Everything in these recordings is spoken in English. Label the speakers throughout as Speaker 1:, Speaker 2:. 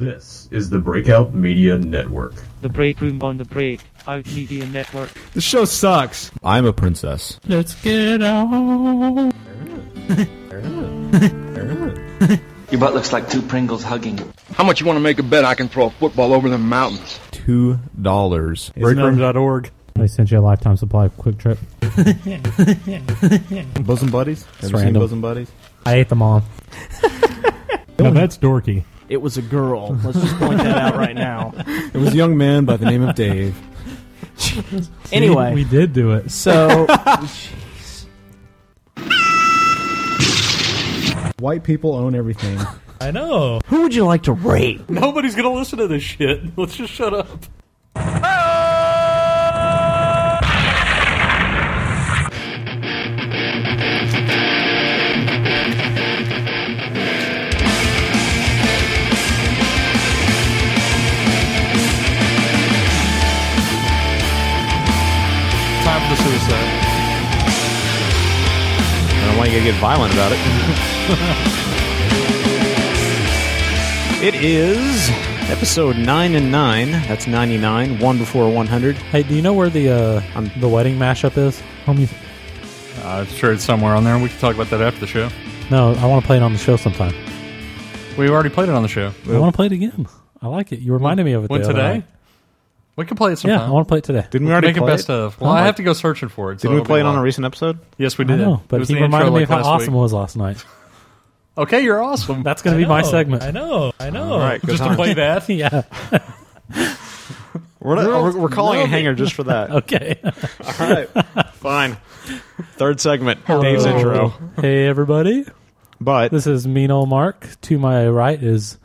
Speaker 1: This is the Breakout Media Network.
Speaker 2: The break room on the break. Out Media Network.
Speaker 3: This show sucks.
Speaker 4: I'm a princess.
Speaker 2: Let's get out.
Speaker 5: Your butt looks like two Pringles hugging.
Speaker 6: How much you want to make a bet I can throw a football over the mountains?
Speaker 4: Two dollars.
Speaker 3: Breakroom.org.
Speaker 7: They sent you a lifetime supply of Quick Trip.
Speaker 4: bosom buddies. Have you seen
Speaker 7: random.
Speaker 4: bosom buddies?
Speaker 7: I ate them all. now that's dorky.
Speaker 8: It was a girl. Let's just point that out right now.
Speaker 4: It was a young man by the name of Dave.
Speaker 8: Anyway,
Speaker 7: we, we did do it.
Speaker 8: so
Speaker 4: White people own everything.
Speaker 7: I know.
Speaker 8: who would you like to rape?
Speaker 3: Nobody's going to listen to this shit. Let's just shut up. Time for the suicide.
Speaker 4: I don't want you to get violent about it. it is episode nine and nine. That's ninety nine. One before one hundred.
Speaker 7: Hey, do you know where the uh, the wedding mashup is? Homie,
Speaker 3: I'm sure it's somewhere on there. We can talk about that after the show.
Speaker 7: no, I want to play it on the show sometime.
Speaker 3: We already played it on the show.
Speaker 7: I want to play it again. I like it. You reminded me of it.
Speaker 3: When
Speaker 7: the other
Speaker 3: today?
Speaker 7: night.
Speaker 3: We can play it
Speaker 7: Yeah,
Speaker 3: sometime.
Speaker 7: I want to play it today.
Speaker 4: Didn't we already
Speaker 3: Make
Speaker 4: play
Speaker 3: it best
Speaker 4: it?
Speaker 3: of. Well, I have to go searching for it. so
Speaker 4: Didn't we
Speaker 3: it'll be
Speaker 4: play it on a
Speaker 3: long.
Speaker 4: recent episode?
Speaker 3: Yes, we
Speaker 7: I
Speaker 3: did.
Speaker 7: know,
Speaker 3: It
Speaker 7: but
Speaker 3: was
Speaker 7: he
Speaker 3: the intro,
Speaker 7: reminded me
Speaker 3: like,
Speaker 7: of how
Speaker 3: last
Speaker 7: awesome
Speaker 3: week.
Speaker 7: it was last night.
Speaker 3: Okay, you're awesome.
Speaker 7: That's going to be my segment. I know. I know.
Speaker 4: All right, good Just to times. play
Speaker 7: that? yeah.
Speaker 4: We're, not, we're, we're calling a hanger just for that.
Speaker 7: Okay.
Speaker 4: All right, fine. Third segment. Dave's intro.
Speaker 7: Oh. Hey, everybody.
Speaker 4: But
Speaker 7: This is Mean Ol' Mark. To my right is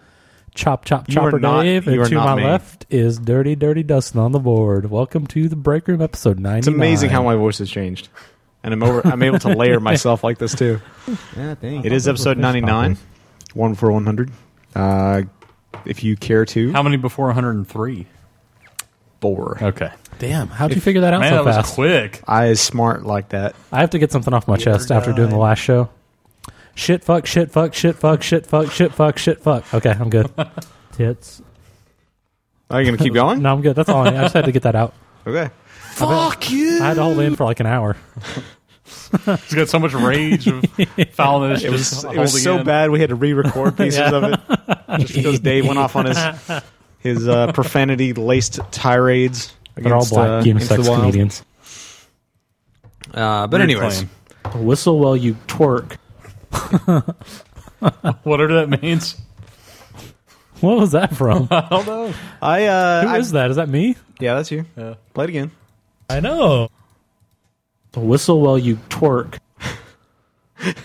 Speaker 7: Chop Chop
Speaker 4: You are
Speaker 7: Chopper
Speaker 4: not-
Speaker 7: Dave,
Speaker 4: you
Speaker 7: and
Speaker 4: are
Speaker 7: to
Speaker 4: not
Speaker 7: my
Speaker 4: me.
Speaker 7: left is Dirty Dirty Dustin on the board. Welcome to the break room episode ninety.
Speaker 4: it's amazing how my voice has changed, and I'm over. I'm able to layer myself like this too.
Speaker 7: yeah, dang.
Speaker 4: It is episode ninety nine. One for one hundred. Uh, if you care to,
Speaker 3: How many before 103?
Speaker 4: four.
Speaker 3: Okay.
Speaker 7: Damn, how'd you figure that out
Speaker 3: Man,
Speaker 7: so
Speaker 3: that was
Speaker 7: fast?
Speaker 3: quick.
Speaker 4: I is smart like that.
Speaker 7: I have to get something off my chest after doing the last show. Shit, fuck, shit, fuck, shit, fuck, shit, fuck, shit, fuck, shit, fuck. Okay, I'm good. Tits.
Speaker 4: Are you going to keep going?
Speaker 7: No, I'm good. That's all. I, need. I just had to get that out.
Speaker 4: Okay.
Speaker 7: I had to hold in for like an hour.
Speaker 3: He's got so much rage of foulness.
Speaker 4: It was
Speaker 3: just
Speaker 4: it was
Speaker 3: holding
Speaker 4: so
Speaker 3: in.
Speaker 4: bad we had to re-record pieces of it just because Dave went off on his his uh, profanity laced tirades
Speaker 7: They're all
Speaker 4: against
Speaker 7: black
Speaker 4: uh, Into the
Speaker 7: unisex
Speaker 4: Wild.
Speaker 7: comedians.
Speaker 4: Uh, but anyways,
Speaker 3: claim.
Speaker 7: Whistle while you twerk.
Speaker 3: Whatever that means.
Speaker 7: What was that from? Who
Speaker 3: I don't know.
Speaker 4: I uh, I-
Speaker 7: is that? Is that me?
Speaker 4: yeah, that's you. Play it again.
Speaker 7: I know. Whistle while you twerk.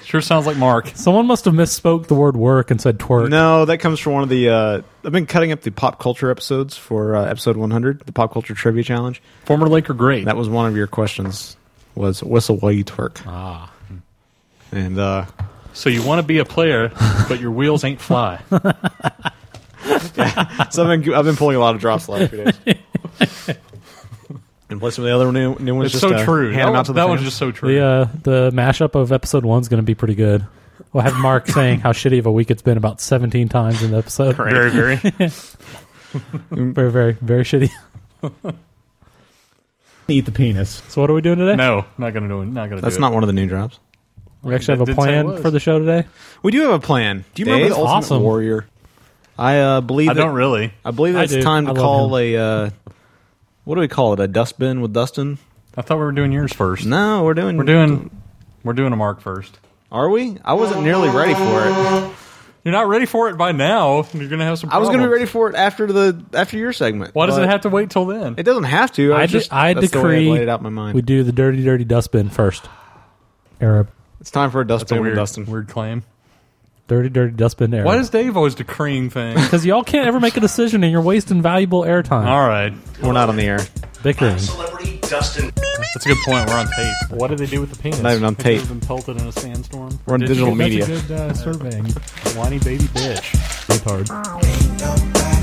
Speaker 3: Sure sounds like Mark.
Speaker 7: Someone must have misspoke the word work and said twerk.
Speaker 4: No, that comes from one of the. Uh, I've been cutting up the pop culture episodes for uh, episode 100, the pop culture trivia challenge.
Speaker 3: Former Laker great.
Speaker 4: That was one of your questions. Was whistle while you twerk. Ah. And uh,
Speaker 3: so you want to be a player, but your wheels ain't fly.
Speaker 4: So I've been, I've been pulling a lot of drops the last few days. and plus some of the other new, new ones
Speaker 3: It's
Speaker 4: just
Speaker 3: so
Speaker 4: uh,
Speaker 3: true.
Speaker 4: hand them
Speaker 3: That,
Speaker 4: out to the
Speaker 3: that one's
Speaker 4: fans.
Speaker 3: just so true.
Speaker 7: The uh, the mashup of episode one's going to be pretty good. We'll have Mark saying how shitty of a week it's been about seventeen times in the episode.
Speaker 3: Very, very.
Speaker 7: Very, very, very shitty.
Speaker 8: eat the penis.
Speaker 7: So what are we doing today?
Speaker 3: No, not gonna do. it. Not gonna.
Speaker 4: That's
Speaker 3: do
Speaker 4: not one of the new drops.
Speaker 7: We actually have a
Speaker 3: Did say it
Speaker 7: plan
Speaker 3: was.
Speaker 7: for the show today.
Speaker 4: We do have a plan. Do you
Speaker 7: remember
Speaker 4: Dave,
Speaker 7: this?
Speaker 4: Ultimate
Speaker 7: Awesome.
Speaker 4: Warrior? I uh, believe
Speaker 3: It. I
Speaker 4: that-
Speaker 3: don't really.
Speaker 4: I believe
Speaker 7: I
Speaker 4: it's
Speaker 7: do.
Speaker 4: time
Speaker 7: I
Speaker 4: to
Speaker 7: love
Speaker 4: call a uh, what do we call it? A dustbin with Dustin?
Speaker 3: I thought we were doing yours first.
Speaker 4: No, we're doing
Speaker 3: We're doing. We're doing a mark first.
Speaker 4: Are we? I wasn't nearly ready for it.
Speaker 3: You're not ready for it by now. You're gonna have some.
Speaker 4: I was going to
Speaker 3: problems.
Speaker 4: be ready for it after the after your segment.
Speaker 3: Why does
Speaker 4: but
Speaker 3: it have to wait till then?
Speaker 4: It doesn't have to. I,
Speaker 7: I
Speaker 4: was
Speaker 7: de-
Speaker 4: just
Speaker 7: I
Speaker 4: that's the way
Speaker 7: decree-
Speaker 4: I laid it out in my mind.
Speaker 7: We do the dirty, dirty dustbin first. Arab.
Speaker 4: it's time for a
Speaker 3: That's a
Speaker 4: dustbin
Speaker 3: weird,
Speaker 4: with Dustin.
Speaker 3: weird claim.
Speaker 7: Dirty, dirty dustbin Arab.
Speaker 3: Why does Dave always decreeing things?
Speaker 7: Because y'all can't ever make a decision and you're wasting valuable airtime.
Speaker 3: All right,
Speaker 4: We're not on the air.
Speaker 7: Bickering.
Speaker 9: Celebrity Dustin.
Speaker 3: that's a good point. We're on tape. What did they do with the penis?
Speaker 4: Not even on
Speaker 3: Picture of
Speaker 4: tape.
Speaker 3: Them pelted in a sandstorm.
Speaker 4: We're on
Speaker 3: Did
Speaker 4: digital
Speaker 3: you get-
Speaker 4: media.
Speaker 8: That's a good uh, surveying.
Speaker 3: that's a Whiny baby bitch.
Speaker 7: Retard.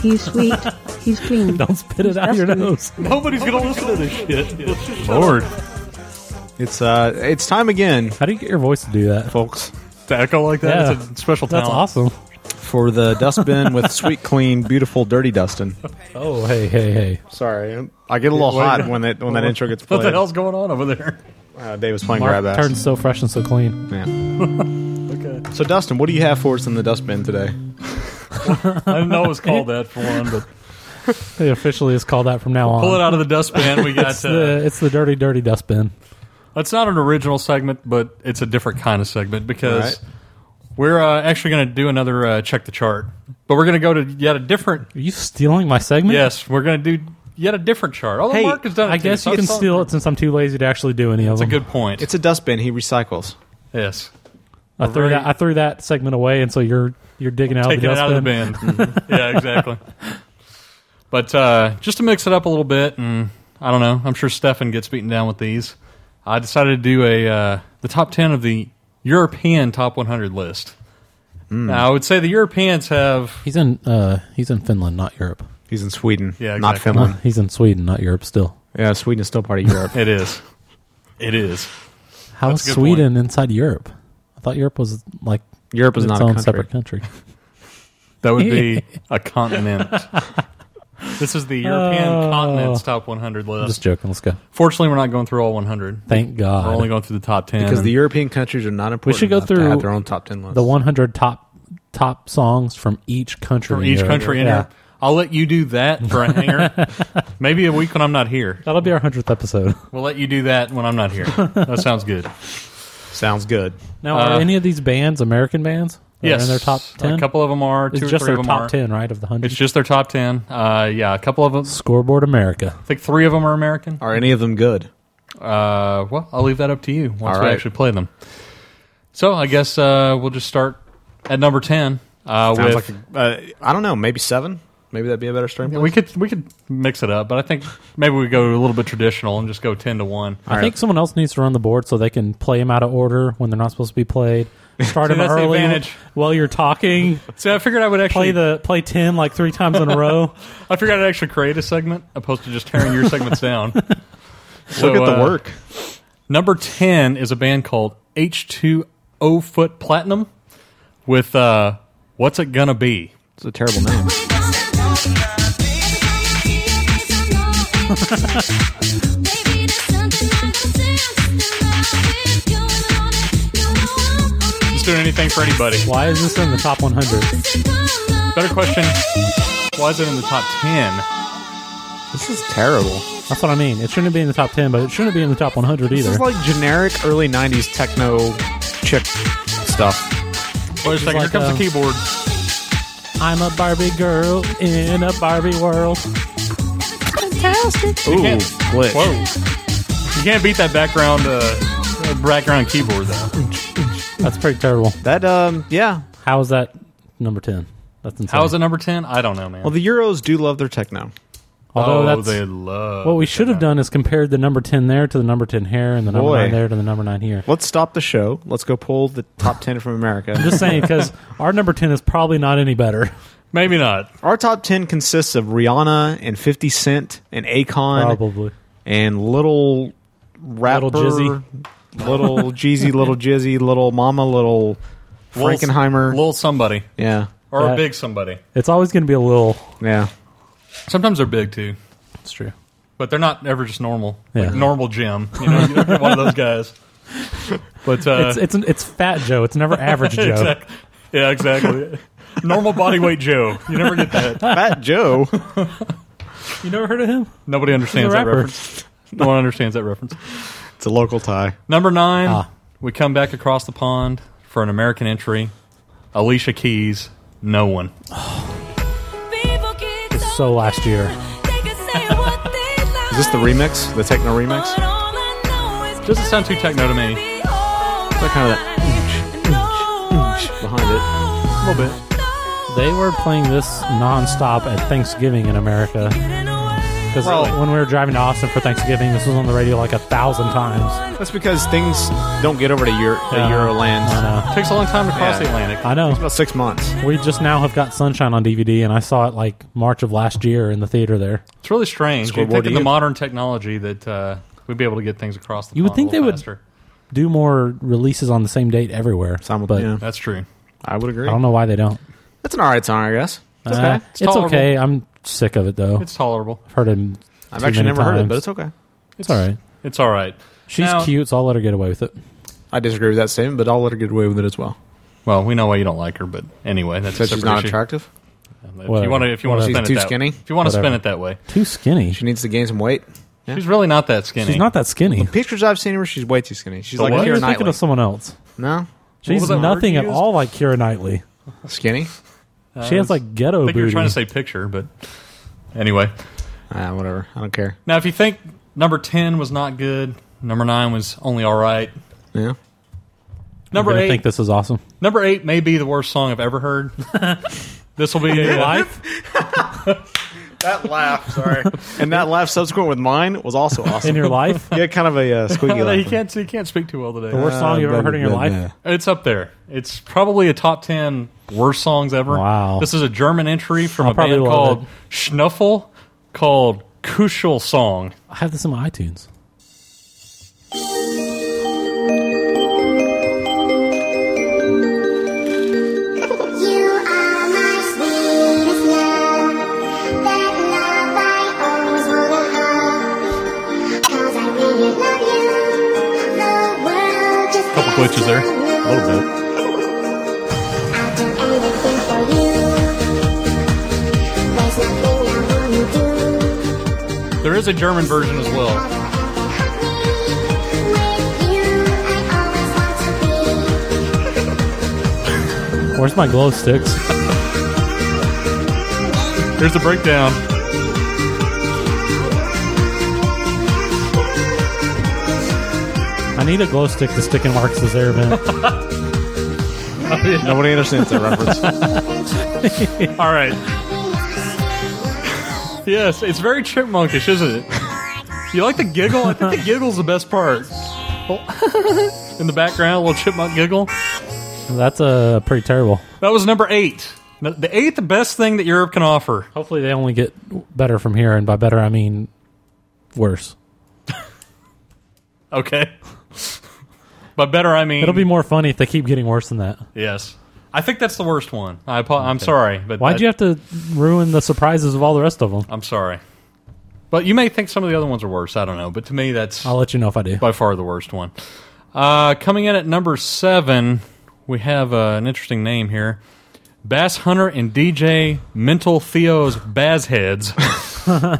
Speaker 10: He's sweet. He's clean.
Speaker 7: Don't spit it out your nose.
Speaker 3: Nobody's gonna listen to this shit. Lord,
Speaker 4: It's uh, it's time again,
Speaker 7: How do you get your voice to do that?
Speaker 4: folks,
Speaker 3: To echo like that,
Speaker 7: Yeah.
Speaker 3: it's a special
Speaker 7: That's
Speaker 3: talent.
Speaker 7: awesome.
Speaker 4: for the dustbin with sweet, clean, beautiful, dirty Dustin.
Speaker 7: Oh, hey, hey, hey.
Speaker 4: Sorry, I get a little hot when that when that intro gets
Speaker 3: What
Speaker 4: played.
Speaker 3: the hell's going on over there?
Speaker 4: Uh, Dave was playing
Speaker 7: Mark
Speaker 4: grab ass.
Speaker 7: turns so fresh and so clean.
Speaker 4: Yeah.
Speaker 3: Okay.
Speaker 4: So Dustin, what do you have for us in the dustbin today?
Speaker 3: I didn't know it was called that for one, but
Speaker 7: It officially is called that from now on.
Speaker 3: pull it out of the dustbin. We
Speaker 7: It's
Speaker 3: got. Uh,
Speaker 7: the, it's the dirty, dirty dustbin.
Speaker 3: it's not an original segment, but it's a different kind of segment because
Speaker 4: All
Speaker 3: we're uh, actually going to do another uh, check the chart, but we're going to go to yet a different.
Speaker 7: Are you stealing my segment? Oh,
Speaker 3: Yes, we're going to do yet a different chart. Although
Speaker 4: Hey,
Speaker 3: Mark has done it
Speaker 7: I
Speaker 3: too,
Speaker 7: guess
Speaker 3: so
Speaker 7: you can
Speaker 3: it's-
Speaker 7: steal it since I'm too lazy to actually do any of
Speaker 3: It's a
Speaker 7: them.
Speaker 3: good point.
Speaker 4: It's a dustbin. He recycles.
Speaker 3: yes,
Speaker 7: I threw
Speaker 3: very-
Speaker 7: that. I threw that segment away, and so you're you're digging out
Speaker 3: taking
Speaker 7: the
Speaker 3: it out
Speaker 7: dustbin.
Speaker 3: of the bin. yeah, exactly. But uh, just to mix it up a little bit, and I don't know, I'm sure Stefan gets beaten down with these. I decided to do a uh, the top ten of the European top 100 list. Now, I would say the Europeans have
Speaker 7: He's in uh, he's in Finland, not Europe.
Speaker 4: He's in Sweden.
Speaker 3: Yeah,
Speaker 4: not
Speaker 3: exactly.
Speaker 4: Finland.
Speaker 7: He's in Sweden, not Europe. Still,
Speaker 4: Yeah, Sweden is still part of Europe.
Speaker 3: it is, it is.
Speaker 7: how
Speaker 3: That's
Speaker 7: is
Speaker 3: a good
Speaker 7: Sweden inside Europe? I thought Europe was like
Speaker 4: Europe is
Speaker 7: its
Speaker 4: not
Speaker 7: own
Speaker 4: a country.
Speaker 7: separate country.
Speaker 3: That would be a continent. This is the European
Speaker 7: Oh.
Speaker 3: continent's top 100
Speaker 7: I'm just
Speaker 3: list.
Speaker 7: joking. Let's go.
Speaker 3: Fortunately, we're not going through all 100.
Speaker 7: Thank God.
Speaker 3: We're only going through the top 10.
Speaker 4: Because the European countries are not important.
Speaker 7: We should go
Speaker 4: enough to
Speaker 7: through
Speaker 4: have their own top ten list.
Speaker 7: the 100 top top songs from each country.
Speaker 3: from
Speaker 7: in
Speaker 3: each
Speaker 7: Europe.
Speaker 3: country in
Speaker 7: Yeah.
Speaker 3: here. I'll let you do that for a hanger. Maybe a week when I'm not here.
Speaker 7: That'll be our hundredth episode.
Speaker 3: We'll let you do that when I'm not here. That sounds good.
Speaker 4: sounds good.
Speaker 7: Now, are
Speaker 3: Uh,
Speaker 7: any of these bands American bands? that are
Speaker 3: yes,
Speaker 7: in their top ten.
Speaker 3: A couple of them are. Two
Speaker 7: it's
Speaker 3: or
Speaker 7: just
Speaker 3: three
Speaker 7: their
Speaker 3: of them
Speaker 7: top
Speaker 3: are.
Speaker 7: ten, right? Of the hundred.
Speaker 3: It's just their top ten. Uh, yeah, a couple of them.
Speaker 7: Scoreboard America.
Speaker 3: I think three of them are American.
Speaker 4: Are any of them good?
Speaker 3: Uh, well, I'll leave that up to you once
Speaker 4: All
Speaker 3: we
Speaker 4: right.
Speaker 3: actually play them. So I guess uh, we'll just start at number ten. Uh,
Speaker 4: Sounds
Speaker 3: with
Speaker 4: like a, uh, I don't know. Maybe seven. Maybe that'd be a better starting.
Speaker 3: we could we could mix it up, but I think maybe we go a little bit traditional and just go ten to one.
Speaker 7: I think someone else needs to run the board so they can play them out of order when they're not supposed to be played.
Speaker 3: See,
Speaker 7: Start them
Speaker 3: that's the
Speaker 7: early
Speaker 3: advantage.
Speaker 7: while you're talking.
Speaker 3: So I figured I would actually
Speaker 7: Play the play ten like three times in a row.
Speaker 3: I figured I'd actually create a segment opposed to just tearing your segments down. So,
Speaker 4: Look at the
Speaker 3: uh,
Speaker 4: work.
Speaker 3: Number 10 is a band called H2O Foot Platinum with uh, What's It Gonna Be?
Speaker 4: It's a terrible name.
Speaker 3: It's doing anything for anybody.
Speaker 7: Why is this in the top 100?
Speaker 3: Better question why is it in the top 10?
Speaker 4: This is terrible.
Speaker 7: That's what I mean. It shouldn't be in the top 10, but it shouldn't be in the top 100
Speaker 4: This
Speaker 7: either.
Speaker 4: is like generic early '90s techno chick stuff.
Speaker 3: Wait a second,
Speaker 7: like,
Speaker 3: here comes
Speaker 7: uh,
Speaker 3: the keyboard.
Speaker 7: I'm a Barbie girl in a Barbie world.
Speaker 4: Ooh,
Speaker 3: can't-
Speaker 4: glitch.
Speaker 3: Whoa. You can't beat that background uh, uh, background keyboard, though.
Speaker 7: That's pretty terrible.
Speaker 4: That um, yeah.
Speaker 7: How is that number 10? That's insane.
Speaker 3: How is it number 10? I don't know, man.
Speaker 4: Well, the Euros do love their techno.
Speaker 7: Although
Speaker 3: oh,
Speaker 7: that's
Speaker 3: they love
Speaker 7: what we
Speaker 3: it.
Speaker 7: should have done is compared the number 10 there to the number 10 here and the number
Speaker 4: Boy.
Speaker 7: 9 there to the number 9 here.
Speaker 4: Let's stop the show. Let's go pull the top ten from America.
Speaker 7: I'm just saying because our number 10 is probably not any better.
Speaker 3: Maybe not.
Speaker 4: Our top ten consists of Rihanna and Fifty Cent and Akon
Speaker 7: Probably.
Speaker 4: and little rapper,
Speaker 7: Jizzy.
Speaker 4: little Jeezy, little Jizzy, little Mama, little Frankenheimer.
Speaker 3: Little, little somebody.
Speaker 4: yeah,
Speaker 3: Or
Speaker 7: That-
Speaker 3: a big somebody.
Speaker 7: It's always going to be a little.
Speaker 4: yeah.
Speaker 3: Sometimes they're big too,
Speaker 7: It's true.
Speaker 3: but they're not ever just normal.
Speaker 7: Yeah.
Speaker 3: Like normal Jim, you know, you don't get one of those guys. But uh,
Speaker 7: It's it's an, it's fat Joe. It's never average Joe.
Speaker 3: exact- yeah, exactly. normal body weight Joe. You never get that.
Speaker 4: Fat Joe.
Speaker 7: You never heard of him?
Speaker 3: Nobody understands
Speaker 7: The
Speaker 3: that
Speaker 7: rapper.
Speaker 3: reference. No one understands that reference.
Speaker 4: it's a local tie.
Speaker 3: Number nine,
Speaker 7: Ah.
Speaker 3: we come back across the pond for an American entry. Alicia Keys, no one.
Speaker 7: It's so last year.
Speaker 4: Is this the remix? The techno remix?
Speaker 3: Doesn't sound too techno to me.
Speaker 4: That kind of that behind it.
Speaker 3: A little bit.
Speaker 7: They were playing this nonstop at Thanksgiving in America. Because
Speaker 4: Really?
Speaker 7: when we were driving to Austin for Thanksgiving, this was on the radio like a thousand times.
Speaker 4: That's because things don't get over to Euro, to
Speaker 7: Yeah.
Speaker 4: Euroland.
Speaker 7: I
Speaker 3: Takes a long time to cross
Speaker 4: Yeah.
Speaker 3: the Atlantic.
Speaker 7: know. I know.
Speaker 4: About six months.
Speaker 7: We just now have got Sunshine on DVD, and I saw it like March of last year in the theater there.
Speaker 3: It's really strange.
Speaker 4: Scoreboard
Speaker 3: you think
Speaker 4: to
Speaker 3: of the
Speaker 4: you.
Speaker 3: modern technology that uh, we'd be able to get things across the
Speaker 7: You would
Speaker 3: pond
Speaker 7: think
Speaker 3: a little
Speaker 7: they would-
Speaker 3: faster.
Speaker 7: Do more releases on the same date everywhere.
Speaker 4: Some,
Speaker 7: but
Speaker 4: yeah,
Speaker 3: That's true.
Speaker 4: I would agree.
Speaker 7: I don't know why they don't.
Speaker 4: That's an all right song, I guess. It's
Speaker 7: Uh,
Speaker 4: okay.
Speaker 7: it's
Speaker 3: tolerable.
Speaker 7: okay. I'm sick of it though.
Speaker 3: It's tolerable.
Speaker 7: I've heard it. m-
Speaker 4: I've
Speaker 7: too
Speaker 4: actually
Speaker 7: many
Speaker 4: never heard it,
Speaker 7: times.
Speaker 4: but it's okay.
Speaker 7: It's all right.
Speaker 3: It's all right.
Speaker 7: She's
Speaker 3: Now-
Speaker 7: cute, so I'll let her get away with it.
Speaker 4: I disagree with that statement, but I'll let her get away with it as well.
Speaker 3: Well, we know why you don't like her, but anyway, that's
Speaker 4: So
Speaker 3: a
Speaker 4: she's
Speaker 3: separate
Speaker 4: not
Speaker 3: issue.
Speaker 4: attractive.
Speaker 3: If
Speaker 7: Whatever.
Speaker 3: you want to, if you want to spin
Speaker 7: Whatever.
Speaker 3: it
Speaker 4: She's too
Speaker 3: that,
Speaker 4: skinny?
Speaker 3: if you want to spin
Speaker 7: Whatever.
Speaker 3: it that way,
Speaker 7: Too skinny.
Speaker 4: She needs to gain some weight. Yeah.
Speaker 3: she's really not that skinny.
Speaker 7: She's not that skinny.
Speaker 4: Pictures I've seen of her, she's way too skinny. She's
Speaker 3: The
Speaker 4: like
Speaker 3: what?
Speaker 7: You're
Speaker 4: Keira
Speaker 7: thinking
Speaker 4: Knightley.
Speaker 7: of someone else.
Speaker 4: No,
Speaker 7: She's
Speaker 3: was that word
Speaker 7: nothing
Speaker 3: you
Speaker 7: at
Speaker 3: used? Uh,
Speaker 7: all like Kira Knightley.
Speaker 4: skinny.
Speaker 7: She has like ghetto
Speaker 3: I think
Speaker 7: booty.
Speaker 3: you were trying to say picture, but anyway.
Speaker 4: Ah, whatever. I don't care.
Speaker 3: Now, if you think number ten was not good, number nine was only all right.
Speaker 4: Yeah.
Speaker 7: I'm
Speaker 3: Number
Speaker 7: gonna
Speaker 3: eight,
Speaker 7: think this is awesome.
Speaker 3: number eight may be the worst song I've ever heard. this will be a,
Speaker 4: That laugh, sorry, and that laugh subsequent with mine was also awesome.
Speaker 7: In your life,
Speaker 4: yeah, kind of a uh, squeaky
Speaker 3: No,
Speaker 4: laugh.
Speaker 3: he can't. He can't speak too well today.
Speaker 7: the worst song you ever heard in your life.
Speaker 3: It's up there. It's probably a top ten worst songs ever.
Speaker 7: Wow.
Speaker 3: This is a German entry from
Speaker 7: I'll
Speaker 3: a band
Speaker 7: probably love
Speaker 3: called
Speaker 7: it.
Speaker 3: Schnuffel called Kuschel Song.
Speaker 7: I have this in my iTunes.
Speaker 3: Couple glitches there.
Speaker 9: A
Speaker 3: little bit. There is a German version as well.
Speaker 7: Where's my glow sticks?
Speaker 3: Here's the breakdown.
Speaker 7: I need a glow stick to stick in Marcus's air vent.
Speaker 4: Nobody understands that reference.
Speaker 3: All right. yes, it's very chipmunkish, isn't it? You like the giggle? I think the giggle's the best part. In the background, a little chipmunk giggle.
Speaker 7: That's uh, pretty terrible.
Speaker 3: That was number eight. The eighth best thing that Europe can offer.
Speaker 7: Hopefully, they only get better from here, and by better I mean worse.
Speaker 3: Okay. But better, I mean.
Speaker 7: It'll be more funny if they keep getting worse than that.
Speaker 3: Yes. I think that's the worst one. I apo- I'm sorry. But
Speaker 7: Why'd you have to ruin the surprises of all the rest of them?
Speaker 3: I'm sorry. But you may think some of the other ones are worse. I don't know. But to me, that's
Speaker 7: I'll let you know if I do.
Speaker 3: by far the worst one. Uh, coming in at number seven, we have uh, an interesting name here. Bass Hunter and DJ Mental Theo's Baz Heads. and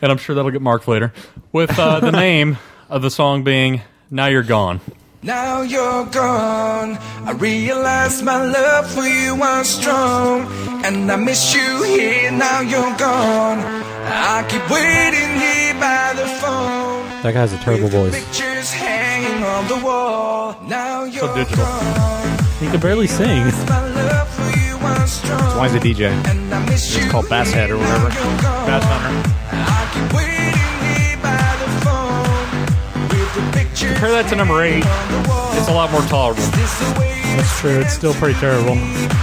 Speaker 3: I'm sure that'll get marked later. With uh, the name of the song being Now You're Gone.
Speaker 9: Now you're gone. I realize my love for you was strong. And I miss you here. Now you're gone. I keep waiting here by the phone.
Speaker 7: That guy has a terrible
Speaker 9: with your
Speaker 7: voice.
Speaker 9: Pictures hanging on the wall. Now you're
Speaker 3: digital.
Speaker 9: gone.
Speaker 7: He can barely sing.
Speaker 9: My love for you was strong.
Speaker 4: Why is it DJ?
Speaker 9: And I miss you
Speaker 4: called Bass Head or
Speaker 9: here. Now
Speaker 4: whatever.
Speaker 9: you're gone. I keep waiting here by the phone. With the pictures
Speaker 3: Compare that to number eight.
Speaker 9: on the wall.
Speaker 3: It's a lot more tolerable. It's
Speaker 9: This the way
Speaker 7: That's true. It's still pretty terrible.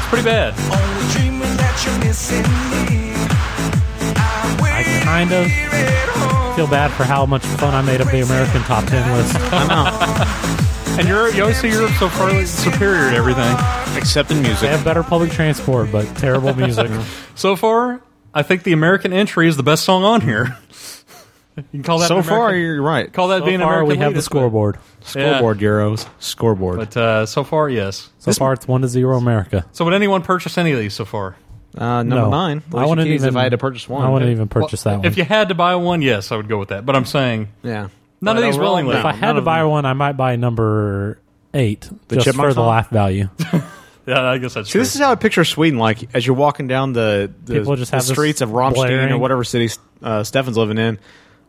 Speaker 3: pretty bad.
Speaker 9: Only dreaming that you're missing me. I'm
Speaker 7: I
Speaker 9: waiting
Speaker 7: kind of
Speaker 9: here at home.
Speaker 7: feel bad for how much fun I made of the American top ten list.
Speaker 3: And Europe, you always see Europe so far superior to everything.
Speaker 4: Except in
Speaker 7: They
Speaker 4: music.
Speaker 7: have better public transport, but terrible music.
Speaker 3: So far, I think the American entry is the best song on here. you can call that
Speaker 4: So
Speaker 3: an American-
Speaker 4: far, you're right.
Speaker 3: call that
Speaker 7: So
Speaker 3: being an
Speaker 7: far,
Speaker 3: American.
Speaker 7: we have the
Speaker 3: latest, but-
Speaker 7: scoreboard.
Speaker 4: Scoreboard Euros. Scoreboard.
Speaker 3: But uh, so far, yes.
Speaker 7: So far, it's one to zero America.
Speaker 3: So would anyone purchase any of these so far?
Speaker 4: uh, number
Speaker 7: No.
Speaker 4: nine.
Speaker 7: I wouldn't
Speaker 4: Alicia Keys,
Speaker 7: even-
Speaker 4: if I had to purchase one.
Speaker 7: I wouldn't even purchase
Speaker 3: Well,
Speaker 7: that one.
Speaker 3: If you had to buy one, yes, I would go with that. But I'm saying
Speaker 4: Yeah.
Speaker 3: none of these
Speaker 4: overall,
Speaker 3: willingly.
Speaker 7: If I had to buy one, I might buy number eight
Speaker 4: The
Speaker 7: just
Speaker 4: chipmunk
Speaker 7: for the
Speaker 4: song?
Speaker 7: laugh value.
Speaker 3: yeah, I guess that's
Speaker 4: See,
Speaker 3: true.
Speaker 4: this is how I picture Sweden. Like as you're walking down the, the,
Speaker 7: People just
Speaker 4: the
Speaker 7: have this
Speaker 4: streets of Romstein or
Speaker 7: blaring-
Speaker 4: whatever city uh, Stefan's living in.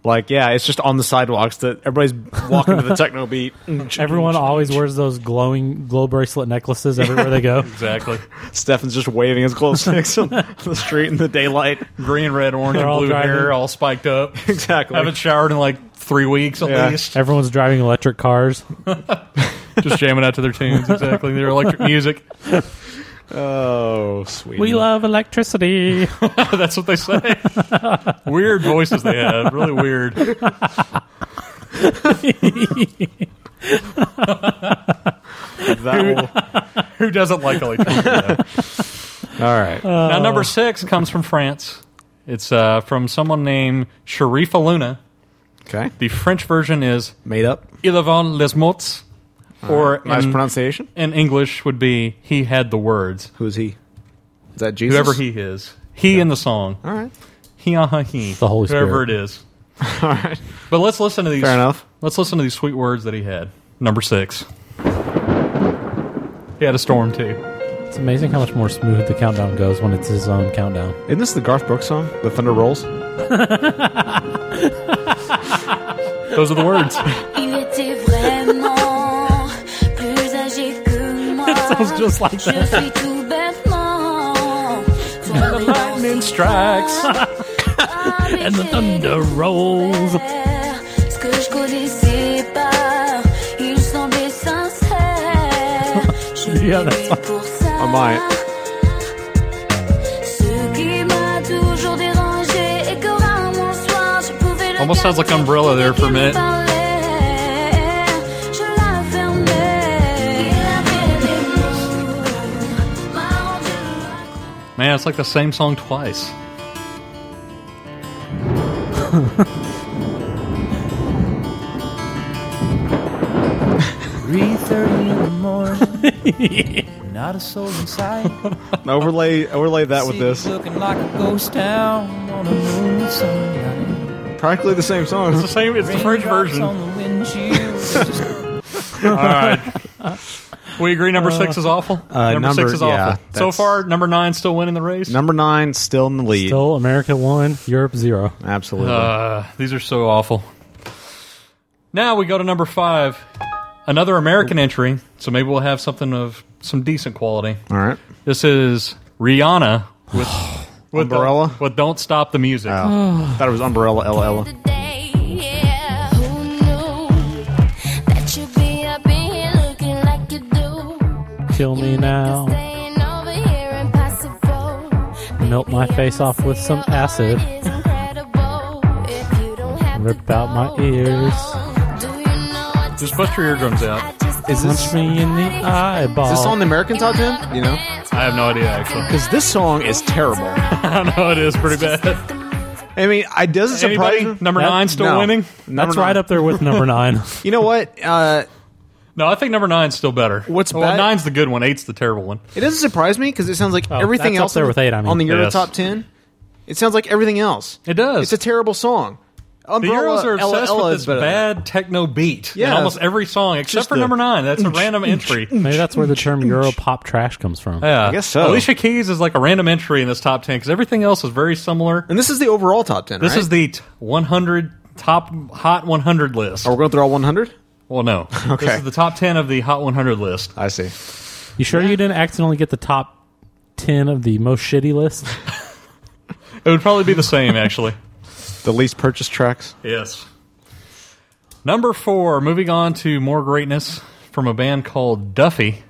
Speaker 4: Like, yeah, it's just on the sidewalks that everybody's walking to the techno beat.
Speaker 7: Everyone always wears those glowing glow bracelet necklaces everywhere they go.
Speaker 3: exactly.
Speaker 4: Stefan's just waving his glow sticks on the street in the daylight.
Speaker 3: Green, red, orange,
Speaker 7: They're
Speaker 3: and
Speaker 7: all
Speaker 3: blue hair,
Speaker 7: driving.
Speaker 3: all spiked up.
Speaker 4: Exactly.
Speaker 3: Haven't showered in like three weeks at
Speaker 4: Yeah.
Speaker 3: least.
Speaker 7: Everyone's driving electric cars.
Speaker 3: Just jamming out to their tunes. Exactly. Their electric music.
Speaker 4: Oh, sweet.
Speaker 7: We love electricity.
Speaker 3: That's what they say. weird voices they have. Really weird. That will- who doesn't like electricity?
Speaker 7: All right.
Speaker 4: Uh,
Speaker 3: now, number six comes from France. It's uh, from someone named Sharifa Luna.
Speaker 4: Okay.
Speaker 3: The French version is
Speaker 4: Made up.
Speaker 3: Ilevon Les Mots, or
Speaker 4: Uh-huh. Nice
Speaker 3: in-
Speaker 4: pronunciation.
Speaker 3: in English would be He Had the Words.
Speaker 4: Who's he? Is that Jesus?
Speaker 3: Whoever he is. He in the song.
Speaker 4: All right.
Speaker 3: He, uh, huh, he.
Speaker 7: The Holy
Speaker 3: Whoever
Speaker 7: Spirit.
Speaker 3: it is. But let's listen to these.
Speaker 4: Fair enough.
Speaker 3: Let's listen to these sweet words that he had. Number six. He had a storm too.
Speaker 7: It's amazing how much more smooth the countdown goes when it's his own countdown.
Speaker 4: Isn't this the Garth Brooks song? The Thunder Rolls?
Speaker 3: Those are the words.
Speaker 11: Il était vraiment plus âgé que moi.
Speaker 3: sounds just like
Speaker 11: Je suis tout bêtement tombé dans ses
Speaker 3: strikes.
Speaker 11: And the thunder
Speaker 2: rolls.
Speaker 11: airs. Ce que je connaissais pas, il semblait sincère. Je
Speaker 7: Yeah,
Speaker 11: l'aimais pour ça.
Speaker 3: Ah,
Speaker 4: I might.
Speaker 11: Ce qui m'a toujours dérangé et que rarement soir je pouvais le
Speaker 3: Almost sounds like Umbrella there for a minute. Man, it's like the same song twice.
Speaker 8: Three thirty in the morning. Not a soul in sight.
Speaker 4: Overlay overlay that with
Speaker 8: City's
Speaker 4: this.
Speaker 8: Looking like a ghost town on a moonlit Sunday.
Speaker 4: Practically the same song.
Speaker 3: It's the same. It's the French
Speaker 8: Raindrops
Speaker 3: version.
Speaker 8: on the windshield.
Speaker 3: All right. We agree. Number six is awful.
Speaker 4: Uh,
Speaker 3: number,
Speaker 4: number-
Speaker 3: six is awful.
Speaker 4: yeah,
Speaker 3: so
Speaker 4: that's-
Speaker 3: far, number nine still winning the race.
Speaker 4: Number nine, still in the lead.
Speaker 7: Still America one, Europe zero.
Speaker 4: Absolutely.
Speaker 3: Uh, these are so awful. Now we go to number five. Another American entry. So maybe we'll have something of some decent quality.
Speaker 4: All right.
Speaker 3: This is Rihanna with, with the-
Speaker 4: Umbrella?
Speaker 3: with Don't Stop the Music.
Speaker 4: Oh, thought it was Umbrella Ella Ella.
Speaker 7: Kill me now. Melt my face off with some acid. Rip out my ears.
Speaker 3: Just bust your eardrums out.
Speaker 4: Is
Speaker 7: Punch
Speaker 4: this,
Speaker 7: me in the eyeball.
Speaker 4: is this on the American Top 10? You know?
Speaker 3: I have no idea, actually.
Speaker 4: Because this song is terrible.
Speaker 3: I know it is pretty bad.
Speaker 4: I mean, I doesn't surprise
Speaker 3: Anybody?
Speaker 4: me.
Speaker 3: Number
Speaker 7: That-
Speaker 3: nine still
Speaker 4: No.
Speaker 3: winning?
Speaker 4: Number
Speaker 7: That's
Speaker 4: nine.
Speaker 7: right up there with number nine.
Speaker 4: You know what? Uh,
Speaker 3: No, I think number nine's still better.
Speaker 4: What's
Speaker 3: well,
Speaker 4: bad-
Speaker 3: nine's the good one. Eight's the terrible one.
Speaker 4: it doesn't surprise me because it sounds like
Speaker 7: Oh,
Speaker 4: everything
Speaker 7: that's up
Speaker 4: else
Speaker 7: there
Speaker 4: on the-
Speaker 7: with eight, I mean.
Speaker 4: on the Euro
Speaker 3: Yes.
Speaker 4: Top 10. It sounds like everything else.
Speaker 3: It does.
Speaker 4: It's a terrible song.
Speaker 3: the
Speaker 4: Umbrella,
Speaker 3: Euros are
Speaker 4: Ella
Speaker 3: obsessed
Speaker 4: Ella
Speaker 3: with
Speaker 4: is
Speaker 3: this
Speaker 4: better.
Speaker 3: bad techno beat in
Speaker 4: Yeah.
Speaker 3: almost every song except
Speaker 4: Just
Speaker 3: for
Speaker 4: the-
Speaker 3: number nine. That's a random entry.
Speaker 7: Maybe that's where the term Euro pop trash comes from.
Speaker 3: Yeah.
Speaker 4: I guess so.
Speaker 3: Alicia Keys is like a random entry in this top 10 because everything else is very similar.
Speaker 4: And this is the overall top 10,
Speaker 3: This
Speaker 4: right?
Speaker 3: is the t- 100 top Hot 100 list.
Speaker 4: Are we going through all 100?
Speaker 3: Well, no. This
Speaker 4: Okay.
Speaker 3: is the top 10 of the Hot 100 list.
Speaker 4: I see.
Speaker 7: You sure you didn't accidentally get the top ten of the most shitty list?
Speaker 3: It would probably be the same, actually.
Speaker 4: The least purchased tracks.
Speaker 3: yes. Number four, moving on to more greatness from a band called Duffy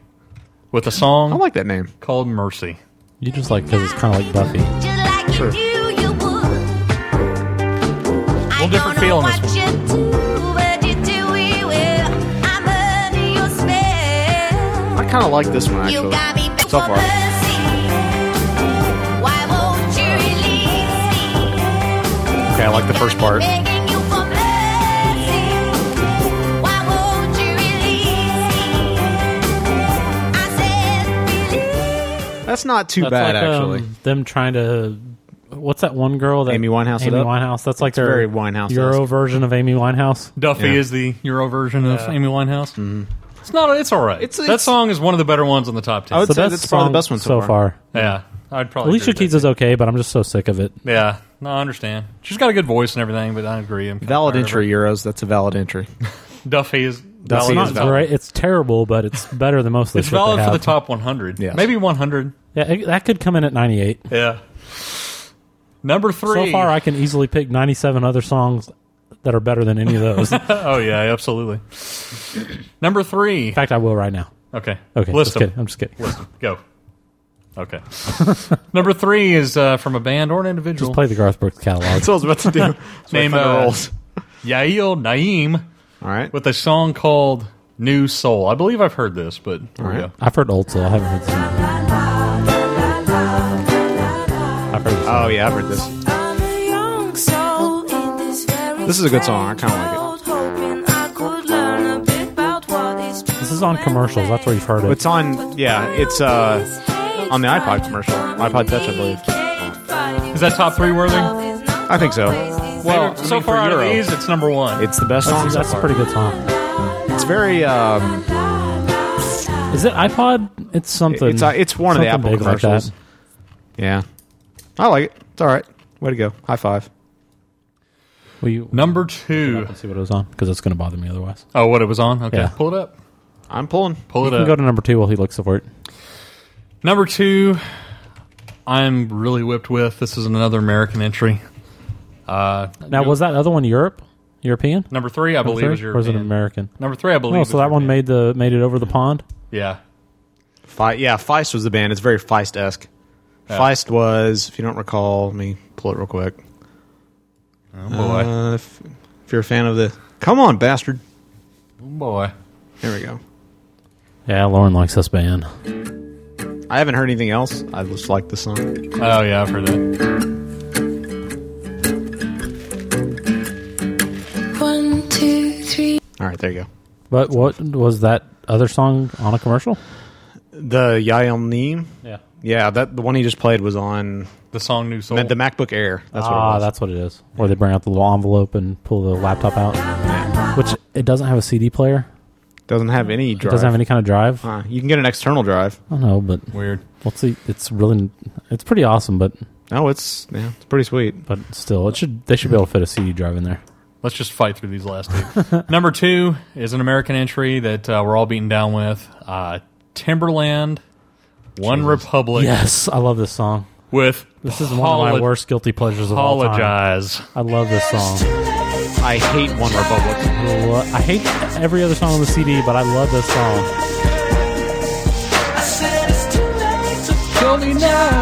Speaker 3: with a song
Speaker 4: I like that name.
Speaker 3: called Mercy.
Speaker 7: You just like because it's kind of like Buffy.
Speaker 3: little different feel on this one.
Speaker 4: I kind of like this one, actually. So far. Okay, I like the first part. That's not too bad,
Speaker 7: like, um,
Speaker 4: actually.
Speaker 7: them trying to. What's that one girl that
Speaker 4: Amy Winehouse it
Speaker 7: Amy
Speaker 4: up?
Speaker 7: Winehouse. That's like
Speaker 4: It's
Speaker 7: their
Speaker 4: very Winehouse-esque.
Speaker 7: Euro version of Amy Winehouse.
Speaker 3: Duffy
Speaker 4: Yeah. Mm-hmm.
Speaker 3: is the Euro version of Amy Winehouse. It's not. It's all right.
Speaker 4: It's-
Speaker 3: that
Speaker 4: it's-
Speaker 3: song is one of the better ones on the top ten.
Speaker 4: I would
Speaker 7: The
Speaker 4: say
Speaker 7: best
Speaker 4: that's probably the best one so
Speaker 7: so
Speaker 4: far.
Speaker 3: yeah, I'd probably. agree
Speaker 7: Alicia
Speaker 3: with
Speaker 7: Keys is okay, but I'm just so sick of it.
Speaker 3: that. Yeah, no, I understand. She's got a good voice and everything, but I agree. I'm kinda
Speaker 4: Valid
Speaker 3: tired of
Speaker 4: entry, Euros. That's a valid entry.
Speaker 3: her. Duffy is
Speaker 7: It's
Speaker 3: valid.
Speaker 7: not
Speaker 3: is valid.
Speaker 7: great. It's terrible, but it's better than most of the
Speaker 3: It's
Speaker 7: shit they
Speaker 3: valid for the
Speaker 7: have.
Speaker 3: top 100.
Speaker 4: Yes.
Speaker 3: Maybe 100.
Speaker 7: Yeah, it, that could come in at 98.
Speaker 3: Yeah. Number three.
Speaker 7: So far, I can easily pick 97 other songs that are better than any of those. In
Speaker 3: oh yeah, absolutely. Number three.
Speaker 7: fact, I will right now.
Speaker 3: Okay.
Speaker 7: Okay,
Speaker 3: List
Speaker 7: just
Speaker 3: them.
Speaker 7: kidding. I'm just kidding.
Speaker 3: List 'em. Go. Okay. Number three is uh, from a band or an individual.
Speaker 7: Just play the Garth Brooks catalog.
Speaker 4: That's what I was about to do.
Speaker 3: Name,
Speaker 4: Thunder
Speaker 3: uh,
Speaker 4: rolls.
Speaker 3: Yael Naim
Speaker 4: All right.
Speaker 3: With a song called New Soul. I believe I've heard this, but here we go.
Speaker 7: I've heard old soul. I haven't heard this. I've heard this.
Speaker 4: Oh yeah, I've heard this. This is a good song. I kind of like
Speaker 7: This is on commercials. That's where you've heard
Speaker 4: it.
Speaker 7: it.
Speaker 4: It's on. Yeah, it's uh on the iPod commercial, iPod Touch, I believe.
Speaker 3: Is that top three worthing?
Speaker 4: I think so.
Speaker 3: Well, so far out of these, it's number one.
Speaker 4: It's the best
Speaker 7: That's-
Speaker 4: song.
Speaker 7: That's
Speaker 4: so
Speaker 7: a
Speaker 4: far.
Speaker 7: pretty good song.
Speaker 4: It's very. Um,
Speaker 7: Is it iPod? It's something.
Speaker 4: it's uh, it's one of the
Speaker 7: something
Speaker 4: Apple
Speaker 7: big like that.
Speaker 4: commercials. yeah, I like it. It's all right. Way to go. High five.
Speaker 7: Will you
Speaker 3: Number two.
Speaker 7: let's see what it was on? Because it's going to bother me otherwise.
Speaker 3: Oh, what it was on? Okay,
Speaker 7: Yeah.
Speaker 3: pull it up.
Speaker 4: I'm pulling.
Speaker 3: Pull
Speaker 7: You
Speaker 3: it
Speaker 7: can
Speaker 3: up.
Speaker 7: go to number two while he looks for it.
Speaker 3: Number two, I'm really whipped with. This is another American entry. Uh,
Speaker 7: Now, was that other one Europe? European?
Speaker 3: number three, I
Speaker 7: Number
Speaker 3: believe,
Speaker 7: three?
Speaker 3: is your
Speaker 7: Or is it American?
Speaker 3: Number three, I believe.
Speaker 7: Oh,
Speaker 3: is
Speaker 7: so that one
Speaker 3: European.
Speaker 7: made the made it over the pond.
Speaker 3: Yeah,
Speaker 4: Fe- yeah, Feist was the band. It's very Feist esque.
Speaker 3: Yeah.
Speaker 4: Feist was, if you don't recall, let me pull it real quick.
Speaker 3: oh, boy,
Speaker 4: Uh, if, if you're a fan of the, come on, bastard.
Speaker 3: oh, boy.
Speaker 4: There we go.
Speaker 7: Yeah, Lauren likes this band.
Speaker 4: I haven't heard anything else. I just like this song.
Speaker 3: Oh yeah, I've heard that.
Speaker 11: One, two, three.
Speaker 4: All right, there you go.
Speaker 7: But what was that other song on a commercial?
Speaker 4: The Yael Neem.
Speaker 7: Yeah.
Speaker 4: Yeah, that the one he just played was on
Speaker 3: The song "New Soul."
Speaker 4: the, the MacBook Air. That's what it
Speaker 7: ah,
Speaker 4: was.
Speaker 7: that's what it is. Where they bring out the little envelope and pull the laptop out, which it doesn't have a CD player.
Speaker 4: Doesn't have any
Speaker 7: It
Speaker 4: drive.
Speaker 7: doesn't have any Oh. kind of drive.
Speaker 4: Uh, you can get an external drive.
Speaker 7: I don't know, but
Speaker 3: Weird.
Speaker 7: let's see. It's really, it's pretty awesome, but
Speaker 4: No, it's yeah, it's pretty sweet.
Speaker 7: but still, it should they should be able to fit a CD drive in there.
Speaker 3: Let's just fight through these last two. Number two is an American entry that uh, we're all beaten down with. Uh, Timberland, One Republic,
Speaker 7: Yes, I love this song.
Speaker 3: with
Speaker 7: This is one of my worst guilty pleasures of all time.
Speaker 3: Apologize.
Speaker 7: I love this song.
Speaker 4: I hate One Republic.
Speaker 7: I lo- I hate every other song on the CD, but I love this song.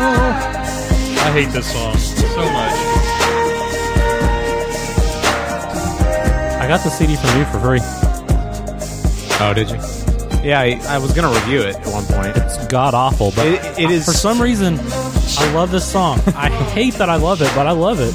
Speaker 3: I hate this song so much.
Speaker 7: I got the CD from you for free.
Speaker 4: Oh, did you? Yeah, I, I was gonna review it at one point.
Speaker 7: It's god awful, but
Speaker 4: It- it
Speaker 7: I-
Speaker 4: is-
Speaker 7: Uh, for some reason I love this song. I hate that I love it, but I love it.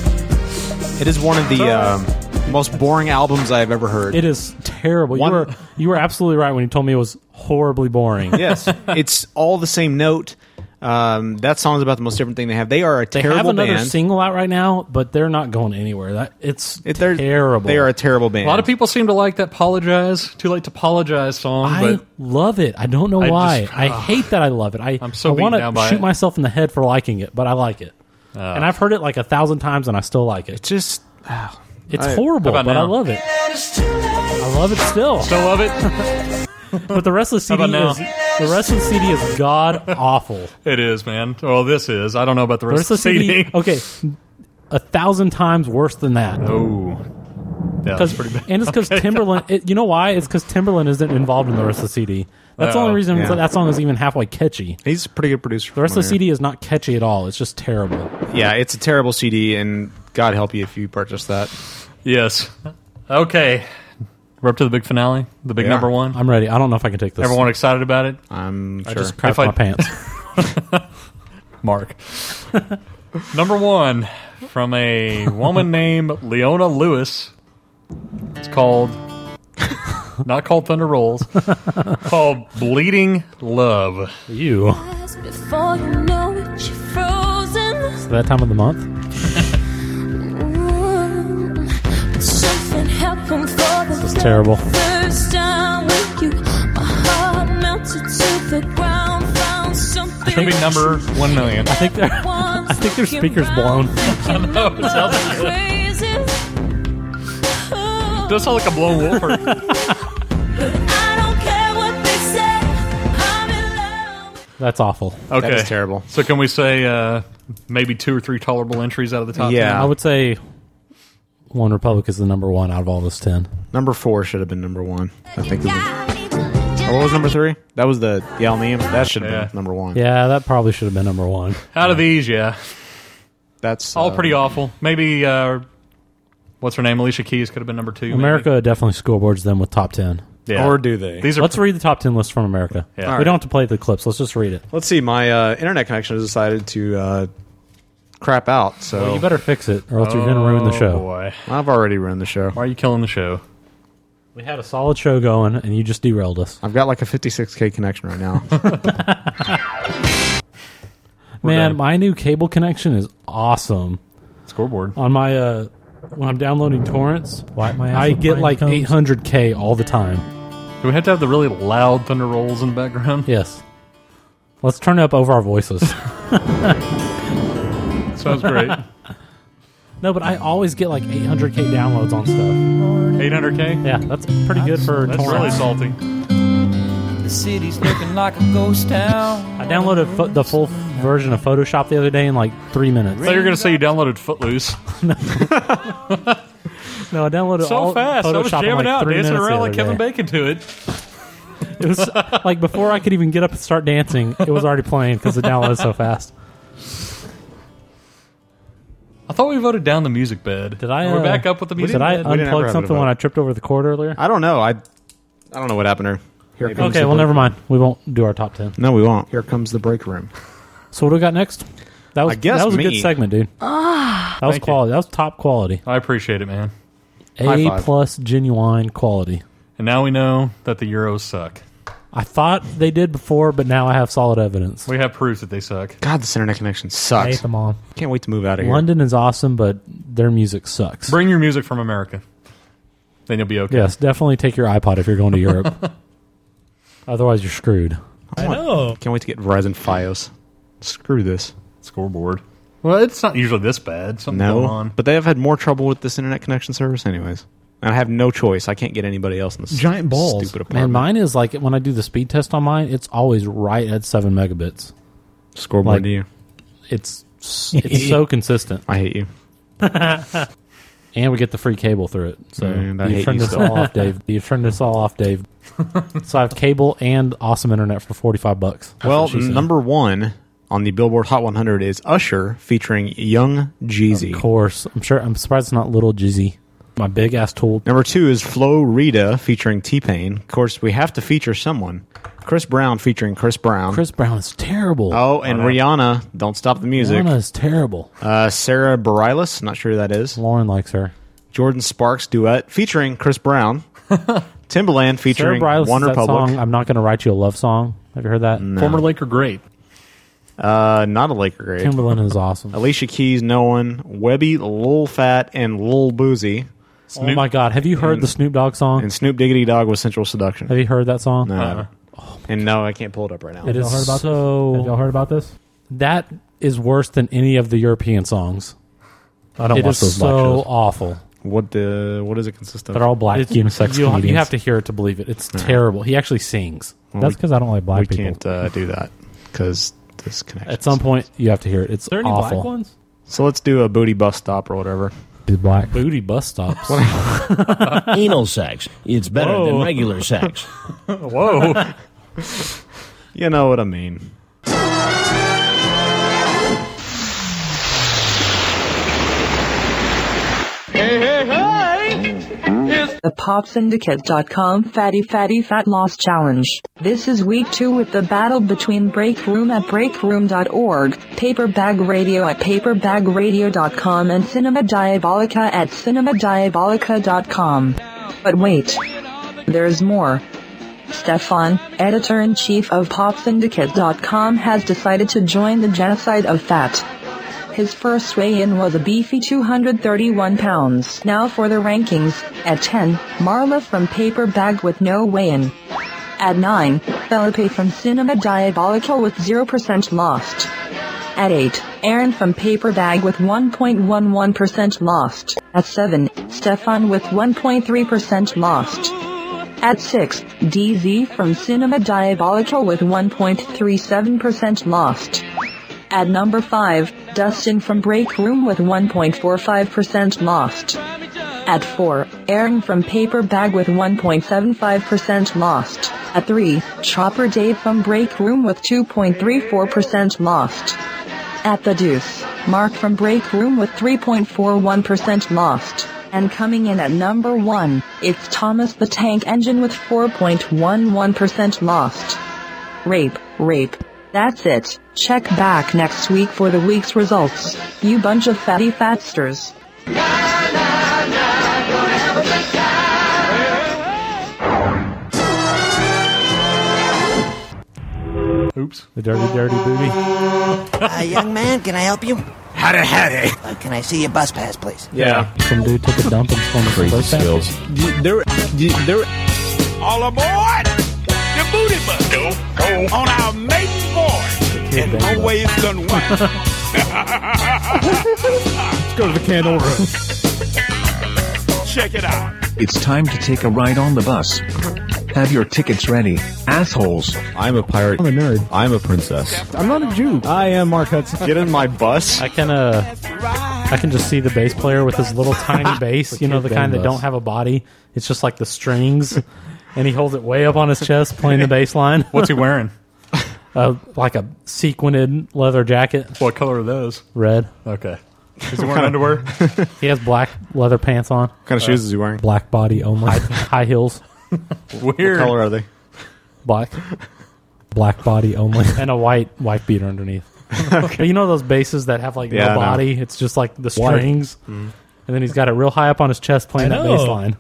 Speaker 4: It is one of the um, most boring albums I've ever heard.
Speaker 7: It is terrible.
Speaker 4: One-
Speaker 7: You were you were absolutely right when you told me it was horribly boring.
Speaker 4: yes, it's all the same note. Um, that song's about the most different thing they have. They are a
Speaker 7: They
Speaker 4: terrible
Speaker 7: have another
Speaker 4: band.
Speaker 7: single out right now, but they're not going anywhere. That it's
Speaker 4: It- they're-
Speaker 7: terrible.
Speaker 4: They are a terrible band.
Speaker 3: A lot of people seem to like that "Apologize." Too late to apologize song,
Speaker 7: I
Speaker 3: but
Speaker 7: love it. I don't know
Speaker 3: I
Speaker 7: why.
Speaker 3: just-
Speaker 7: I hate that I love it. I,
Speaker 3: I'm so
Speaker 7: I
Speaker 3: beaten
Speaker 7: wanna
Speaker 3: down by
Speaker 7: shoot
Speaker 3: it. Uh.
Speaker 7: myself in the head for liking it, but I like it. and I've heard it like a thousand times, and I still like it.
Speaker 4: just ah,
Speaker 7: It's
Speaker 4: I-
Speaker 7: horrible,
Speaker 3: How
Speaker 7: but
Speaker 3: about
Speaker 7: I
Speaker 3: now?
Speaker 7: love it. I love it still.
Speaker 3: still love it.
Speaker 7: But the rest of the CD
Speaker 3: about now?
Speaker 7: is the rest of the CD is god awful.
Speaker 3: It is, man. Well, this is. I don't know about the
Speaker 7: The
Speaker 3: rest
Speaker 7: rest of the
Speaker 3: of the
Speaker 7: CD,
Speaker 3: CD.
Speaker 7: okay, a thousand times worse than that.
Speaker 3: Oh, yeah, that's
Speaker 7: 'Cause-
Speaker 3: pretty bad.
Speaker 7: and it's because Timberland. It, you know why? It's because Timberland isn't involved in the rest of the CD. That's the
Speaker 3: Oh,
Speaker 7: only reason
Speaker 4: yeah.
Speaker 7: that song is even halfway catchy.
Speaker 4: he's a pretty good producer.
Speaker 7: The rest of the CD is not catchy at all. It's just terrible.
Speaker 4: Yeah, it's a terrible CD, and God help you if you purchase that.
Speaker 3: Yes. Okay, we're up to the big finale, the big
Speaker 4: We
Speaker 3: number
Speaker 4: are.
Speaker 3: one.
Speaker 7: I'm ready. I don't know if I can take this.
Speaker 3: Everyone excited about it?
Speaker 4: I'm sure.
Speaker 7: just crapped
Speaker 3: If I-
Speaker 7: my pants.
Speaker 3: Mark. Number one from a woman named Leona Lewis. It's called not called Thunder Rolls. called Bleeding Love.
Speaker 7: you
Speaker 11: Before you know it, you're frozen.
Speaker 7: that time of the month.
Speaker 11: Ooh, but something happened for the
Speaker 7: This is terrible.
Speaker 11: first time with you. My heart melted to the ground. Found something.
Speaker 3: Should be number one million.
Speaker 7: I think they're. I think their speakers blown.
Speaker 3: know, it sounds good.
Speaker 11: Crazy. Ooh.
Speaker 3: Does sound like a blown wolf.
Speaker 11: I don't care what they say. I'm in love.
Speaker 7: That's awful.
Speaker 3: Okay,
Speaker 4: That is terrible.
Speaker 3: So can we say uh, maybe two or three tolerable entries out of the top?
Speaker 4: Yeah.
Speaker 3: ten?
Speaker 7: I would say One Republic is the number one out of all those ten.
Speaker 4: Number four should have been number one. I think. That was,
Speaker 11: What
Speaker 4: Oh, what was number three? That was the Yell Name. That should have
Speaker 3: Yeah.
Speaker 4: been number one.
Speaker 7: Yeah, that probably should have been number one.
Speaker 3: Out of these, yeah,
Speaker 4: That's
Speaker 3: all
Speaker 4: uh,
Speaker 3: pretty awful. Maybe uh, what's her name? Alicia Keys could have been number two. maybe.
Speaker 7: America definitely scoreboards them with top ten.
Speaker 3: Yeah. Or do they? These are-
Speaker 7: Let's read the top ten list from America.
Speaker 4: Yeah.
Speaker 7: We
Speaker 4: Alright.
Speaker 7: don't have to play the clips. Let's just read it.
Speaker 4: Let's see. My uh, internet connection has decided to uh, crap out. So
Speaker 7: Well, Oh, you better fix it, or else you're gonna ruin the show.
Speaker 3: Boy,
Speaker 4: I've already ruined the show.
Speaker 3: Why are you killing the show?
Speaker 7: We had a solid show going, and you just derailed us.
Speaker 4: I've got like a 56k connection right now.
Speaker 7: Man, my new cable connection is awesome.
Speaker 3: Scoreboard
Speaker 7: on my uh, when I'm downloading torrents,
Speaker 3: Wipe my ass
Speaker 7: I
Speaker 3: with
Speaker 7: get
Speaker 3: pine
Speaker 7: like
Speaker 3: cones.
Speaker 7: 800k all the time.
Speaker 3: Do we have to have the really loud thunder rolls in the background?
Speaker 7: Yes. Let's turn it up over our voices.
Speaker 3: Sounds great.
Speaker 7: no, but I always get like 800k downloads on stuff.
Speaker 3: 800k?
Speaker 7: Yeah, that's pretty good for
Speaker 3: That's really
Speaker 7: torrents.
Speaker 3: salty.
Speaker 8: The city's looking like a ghost town.
Speaker 7: I downloaded fo- the full version of Photoshop the other day in like three minutes.
Speaker 3: I thought you were going to say you downloaded Footloose.
Speaker 7: No, I downloaded
Speaker 3: so
Speaker 7: all
Speaker 3: fast.
Speaker 7: Photoshop
Speaker 3: I was
Speaker 7: in,
Speaker 3: jamming
Speaker 7: like
Speaker 3: out,
Speaker 7: three
Speaker 3: dancing
Speaker 7: minutes the
Speaker 3: around like
Speaker 7: other
Speaker 3: Kevin
Speaker 7: day.
Speaker 3: Bacon to it.
Speaker 7: It was like before I could even get up and start dancing, it was already playing because the download is so fast.
Speaker 3: I thought we voted down the music bed. Did
Speaker 7: I,
Speaker 3: We're
Speaker 7: uh,
Speaker 3: back up with the music
Speaker 7: Did I
Speaker 3: bed.
Speaker 7: unplug something when I tripped over the cord earlier?
Speaker 4: I don't know. I I don't know what happened there. Here
Speaker 7: Okay, well, never mind. We won't do our top ten.
Speaker 4: No, we won't. Here comes the break room.
Speaker 7: So what do we got next? That was
Speaker 4: I guess
Speaker 7: that was a
Speaker 4: me.
Speaker 7: good segment, dude.
Speaker 12: Ah.
Speaker 7: That was
Speaker 3: Thank you.
Speaker 7: quality. That was top quality.
Speaker 3: I appreciate it, man. High
Speaker 7: A
Speaker 3: five.
Speaker 7: plus genuine quality.
Speaker 3: And now we know that the Euros suck.
Speaker 7: I thought they did before, but now I have solid evidence.
Speaker 3: We have proof that they suck.
Speaker 4: God, this internet connection
Speaker 7: I
Speaker 4: sucks.
Speaker 7: hate them all.
Speaker 4: Can't wait to move out of here.
Speaker 7: London is awesome, but their music sucks.
Speaker 3: Bring your music from America. Then you'll be okay.
Speaker 7: Yes, definitely take your iPod if you're going to Europe. Otherwise, you're screwed.
Speaker 4: I know. Can't wait to get Verizon FiOS. Screw this
Speaker 3: scoreboard. Well, it's not usually this bad. Something going
Speaker 4: No,
Speaker 3: on.
Speaker 4: but they have had more trouble with this internet connection service, anyways. And I have no choice. I can't get anybody else in this
Speaker 7: Giant balls.
Speaker 4: Stupid
Speaker 7: Man,
Speaker 4: apartment.
Speaker 7: mine is like when I do the speed test on mine, it's always right at seven megabits.
Speaker 4: Scoreboard
Speaker 7: Like,
Speaker 4: to you.
Speaker 7: It's it's so consistent.
Speaker 4: I hate you.
Speaker 7: and we get the free cable through it. So
Speaker 4: Mm, And I
Speaker 7: you've
Speaker 4: hate
Speaker 7: turned
Speaker 4: you
Speaker 7: us
Speaker 4: still.
Speaker 7: all off, Dave. You've turned us all off, Dave. so I have cable and awesome internet for forty five bucks. That's
Speaker 4: Well,
Speaker 7: what she said.
Speaker 4: number one on the Billboard Hot 100 is Usher featuring Young Jeezy.
Speaker 7: of course. I'm sure. I'm surprised it's not Little Jizzy. My big ass tool.
Speaker 4: Number two is Flo Rida featuring T Pain. Of course, we have to feature someone. Chris Brown featuring Chris Brown.
Speaker 7: Chris Brown is terrible.
Speaker 4: Oh, and
Speaker 7: Rihanna
Speaker 4: Rihanna, Don't Stop the Music.
Speaker 7: is terrible.
Speaker 4: Uh, Sarah Bareilles, not sure who that is.
Speaker 7: Lauren likes her.
Speaker 4: Jordan Sparks duet featuring Chris Brown. Timbaland
Speaker 7: Sarah
Speaker 4: featuring
Speaker 7: Bareilles
Speaker 4: One
Speaker 7: is that
Speaker 4: Republic.
Speaker 7: song, I'm not going to write you a love song. Have you heard that?
Speaker 3: Former Laker great.
Speaker 4: Uh, not a Laker great.
Speaker 7: Timberland is awesome.
Speaker 4: Alicia Keys, no one. Webby, Lil Fat, and Lil Boozy.
Speaker 7: Oh my god! Have you heard the Snoop Dogg song?
Speaker 4: And Snoop Diggity Dog with Sensual Seduction.
Speaker 7: Have you heard that song?
Speaker 4: No. I haven't. and no, I can't pull it up right now.
Speaker 7: It is so.
Speaker 13: Have y'all heard about this?
Speaker 7: That is worse than any of the European songs.
Speaker 4: I don't
Speaker 7: It
Speaker 4: watch
Speaker 7: is
Speaker 4: those
Speaker 7: so
Speaker 4: black shows.
Speaker 7: awful.
Speaker 4: What the? What does it consist of?
Speaker 7: They're all black
Speaker 4: It's
Speaker 7: unisex
Speaker 4: you-
Speaker 7: you,
Speaker 4: you
Speaker 7: You have
Speaker 4: have
Speaker 7: to hear it to believe it. It's terrible. He actually sings.
Speaker 4: Well, we- we can't uh, do that because this connection.
Speaker 7: At some point, you have to hear it. It's
Speaker 4: there any black
Speaker 7: awful.
Speaker 4: ones? So let's do a booty bus stop or whatever.
Speaker 13: Be black.
Speaker 7: Booty bus stops.
Speaker 13: Anal sex. It's better than
Speaker 4: Whoa.
Speaker 13: regular sex.
Speaker 3: Whoa.
Speaker 4: you know what I mean.
Speaker 14: The PopSyndicate.com Fatty Fatty Fat Loss Challenge. This is week two with the battle between Breakroom at Breakroom.org, Paperbag Radio at PaperbagrAdio.com, and Cinema Diabolica at CinemaDiabolica.com. But wait, there's more. Stefan, editor-in-chief of PopSyndicate.com has decided to join the genocide of fat. His first weigh-in was a beefy 231 pounds. Now for the rankings. At 10, Marla from Paper Bag with no weigh-in. At 9, Felipe from Cinema Diabolical with 0% lost. At 8, Aaron from Paper Bag with 1.11% lost. At 7, Stefan with 1.3% lost. At 6, DZ from Cinema Diabolical with 1.37% lost. At number 5, Dustin from Break Room with 1.45% lost. At 4, Aaron from Paper Bag with 1.75% lost. At 3, Chopper Dave from Break Room with 2.34% lost. At the deuce, Mark from Break Room with 3.41% lost. And coming in at number one, it's Thomas the Tank Engine with 4.11% lost. Rape, rape. That's it. Check back next week for the week's results. You bunch of fatty fatsters.
Speaker 3: Oops.
Speaker 7: The dirty, dirty booty.
Speaker 12: uh, young man, can I help you?
Speaker 7: Howdy, howdy.
Speaker 12: Uh, can I see your bus pass, please?
Speaker 7: Some dude took a dump and spun the
Speaker 12: Crazy
Speaker 7: bus back.
Speaker 12: skills.
Speaker 15: They're, they're all aboard the booty bus. Go, go. On our maiden voyage.
Speaker 7: Kid
Speaker 15: And
Speaker 7: bang
Speaker 15: always done one.
Speaker 16: Let's go to the candle room.
Speaker 15: Check it out.
Speaker 17: It's time to take a ride on the bus. Have your tickets ready, assholes. I'm a pirate. I'm a nerd. I'm a princess.
Speaker 4: I'm not a Jew. I am Mark Hudson. Get in my bus.
Speaker 7: I can uh, I can just see the bass player with his little tiny bass. you know, the
Speaker 4: kid
Speaker 7: kind
Speaker 4: band
Speaker 7: that don't
Speaker 4: bass.
Speaker 7: have a body. It's just like the strings, and he holds it way up on his chest, playing the bass line.
Speaker 3: What's he wearing?
Speaker 7: Uh, like a sequined leather jacket.
Speaker 3: What color are those?
Speaker 7: Red.
Speaker 3: Okay. Is he wearing underwear?
Speaker 7: he has black leather pants on. What
Speaker 3: kind of shoes is he wearing?
Speaker 7: Black body only. High, high heels.
Speaker 3: Weird. What color
Speaker 4: are they?
Speaker 7: Black. Black body only. and a white white beater underneath. You know those bases that have like
Speaker 4: Yeah, I
Speaker 7: no
Speaker 4: know.
Speaker 7: body? It's just like the
Speaker 4: White.
Speaker 7: strings.
Speaker 4: Mm.
Speaker 7: And then he's got it real high up on his chest playing
Speaker 3: I
Speaker 7: that
Speaker 3: know.
Speaker 7: bass line.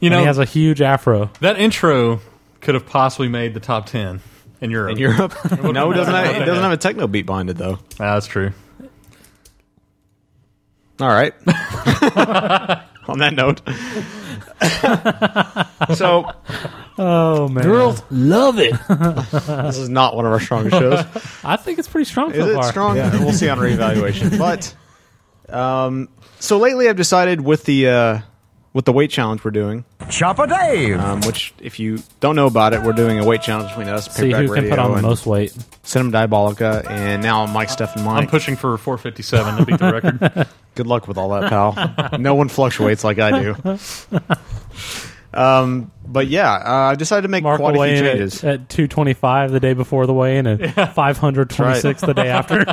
Speaker 3: You
Speaker 7: And
Speaker 3: know-
Speaker 7: he has a huge afro.
Speaker 3: That intro could have possibly made the top ten in Europe.
Speaker 4: In Europe? no, it doesn't have, it doesn't have a techno beat behind it, though.
Speaker 3: Ah, that's true.
Speaker 4: All right. On that note. so.
Speaker 7: Oh, man.
Speaker 4: Girls
Speaker 7: love it.
Speaker 4: this is not one of our strongest shows.
Speaker 7: I think it's pretty strong
Speaker 4: Is
Speaker 7: so
Speaker 4: it
Speaker 7: far.
Speaker 4: strong? We'll see on reevaluation. But um, so lately, I've decided with the uh, with the weight challenge we're doing, Chopper Dave, um, which if you don't know about it, we're doing a weight challenge between us,
Speaker 7: See
Speaker 4: Paperback
Speaker 7: who can put
Speaker 4: Radio
Speaker 7: on the
Speaker 4: and
Speaker 7: most weight.
Speaker 4: Cinema Diabolica, and now Mike Steph and Mike.
Speaker 3: I'm pushing for 457 to beat the record.
Speaker 4: Good luck with all that, pal. no one fluctuates like I do. Um, but yeah, uh, I've decided to make
Speaker 7: Mark
Speaker 4: quite
Speaker 7: will
Speaker 4: a
Speaker 7: weigh
Speaker 4: few
Speaker 7: in at,
Speaker 4: changes.
Speaker 7: at 225 the day before the weigh in and 526 the day after.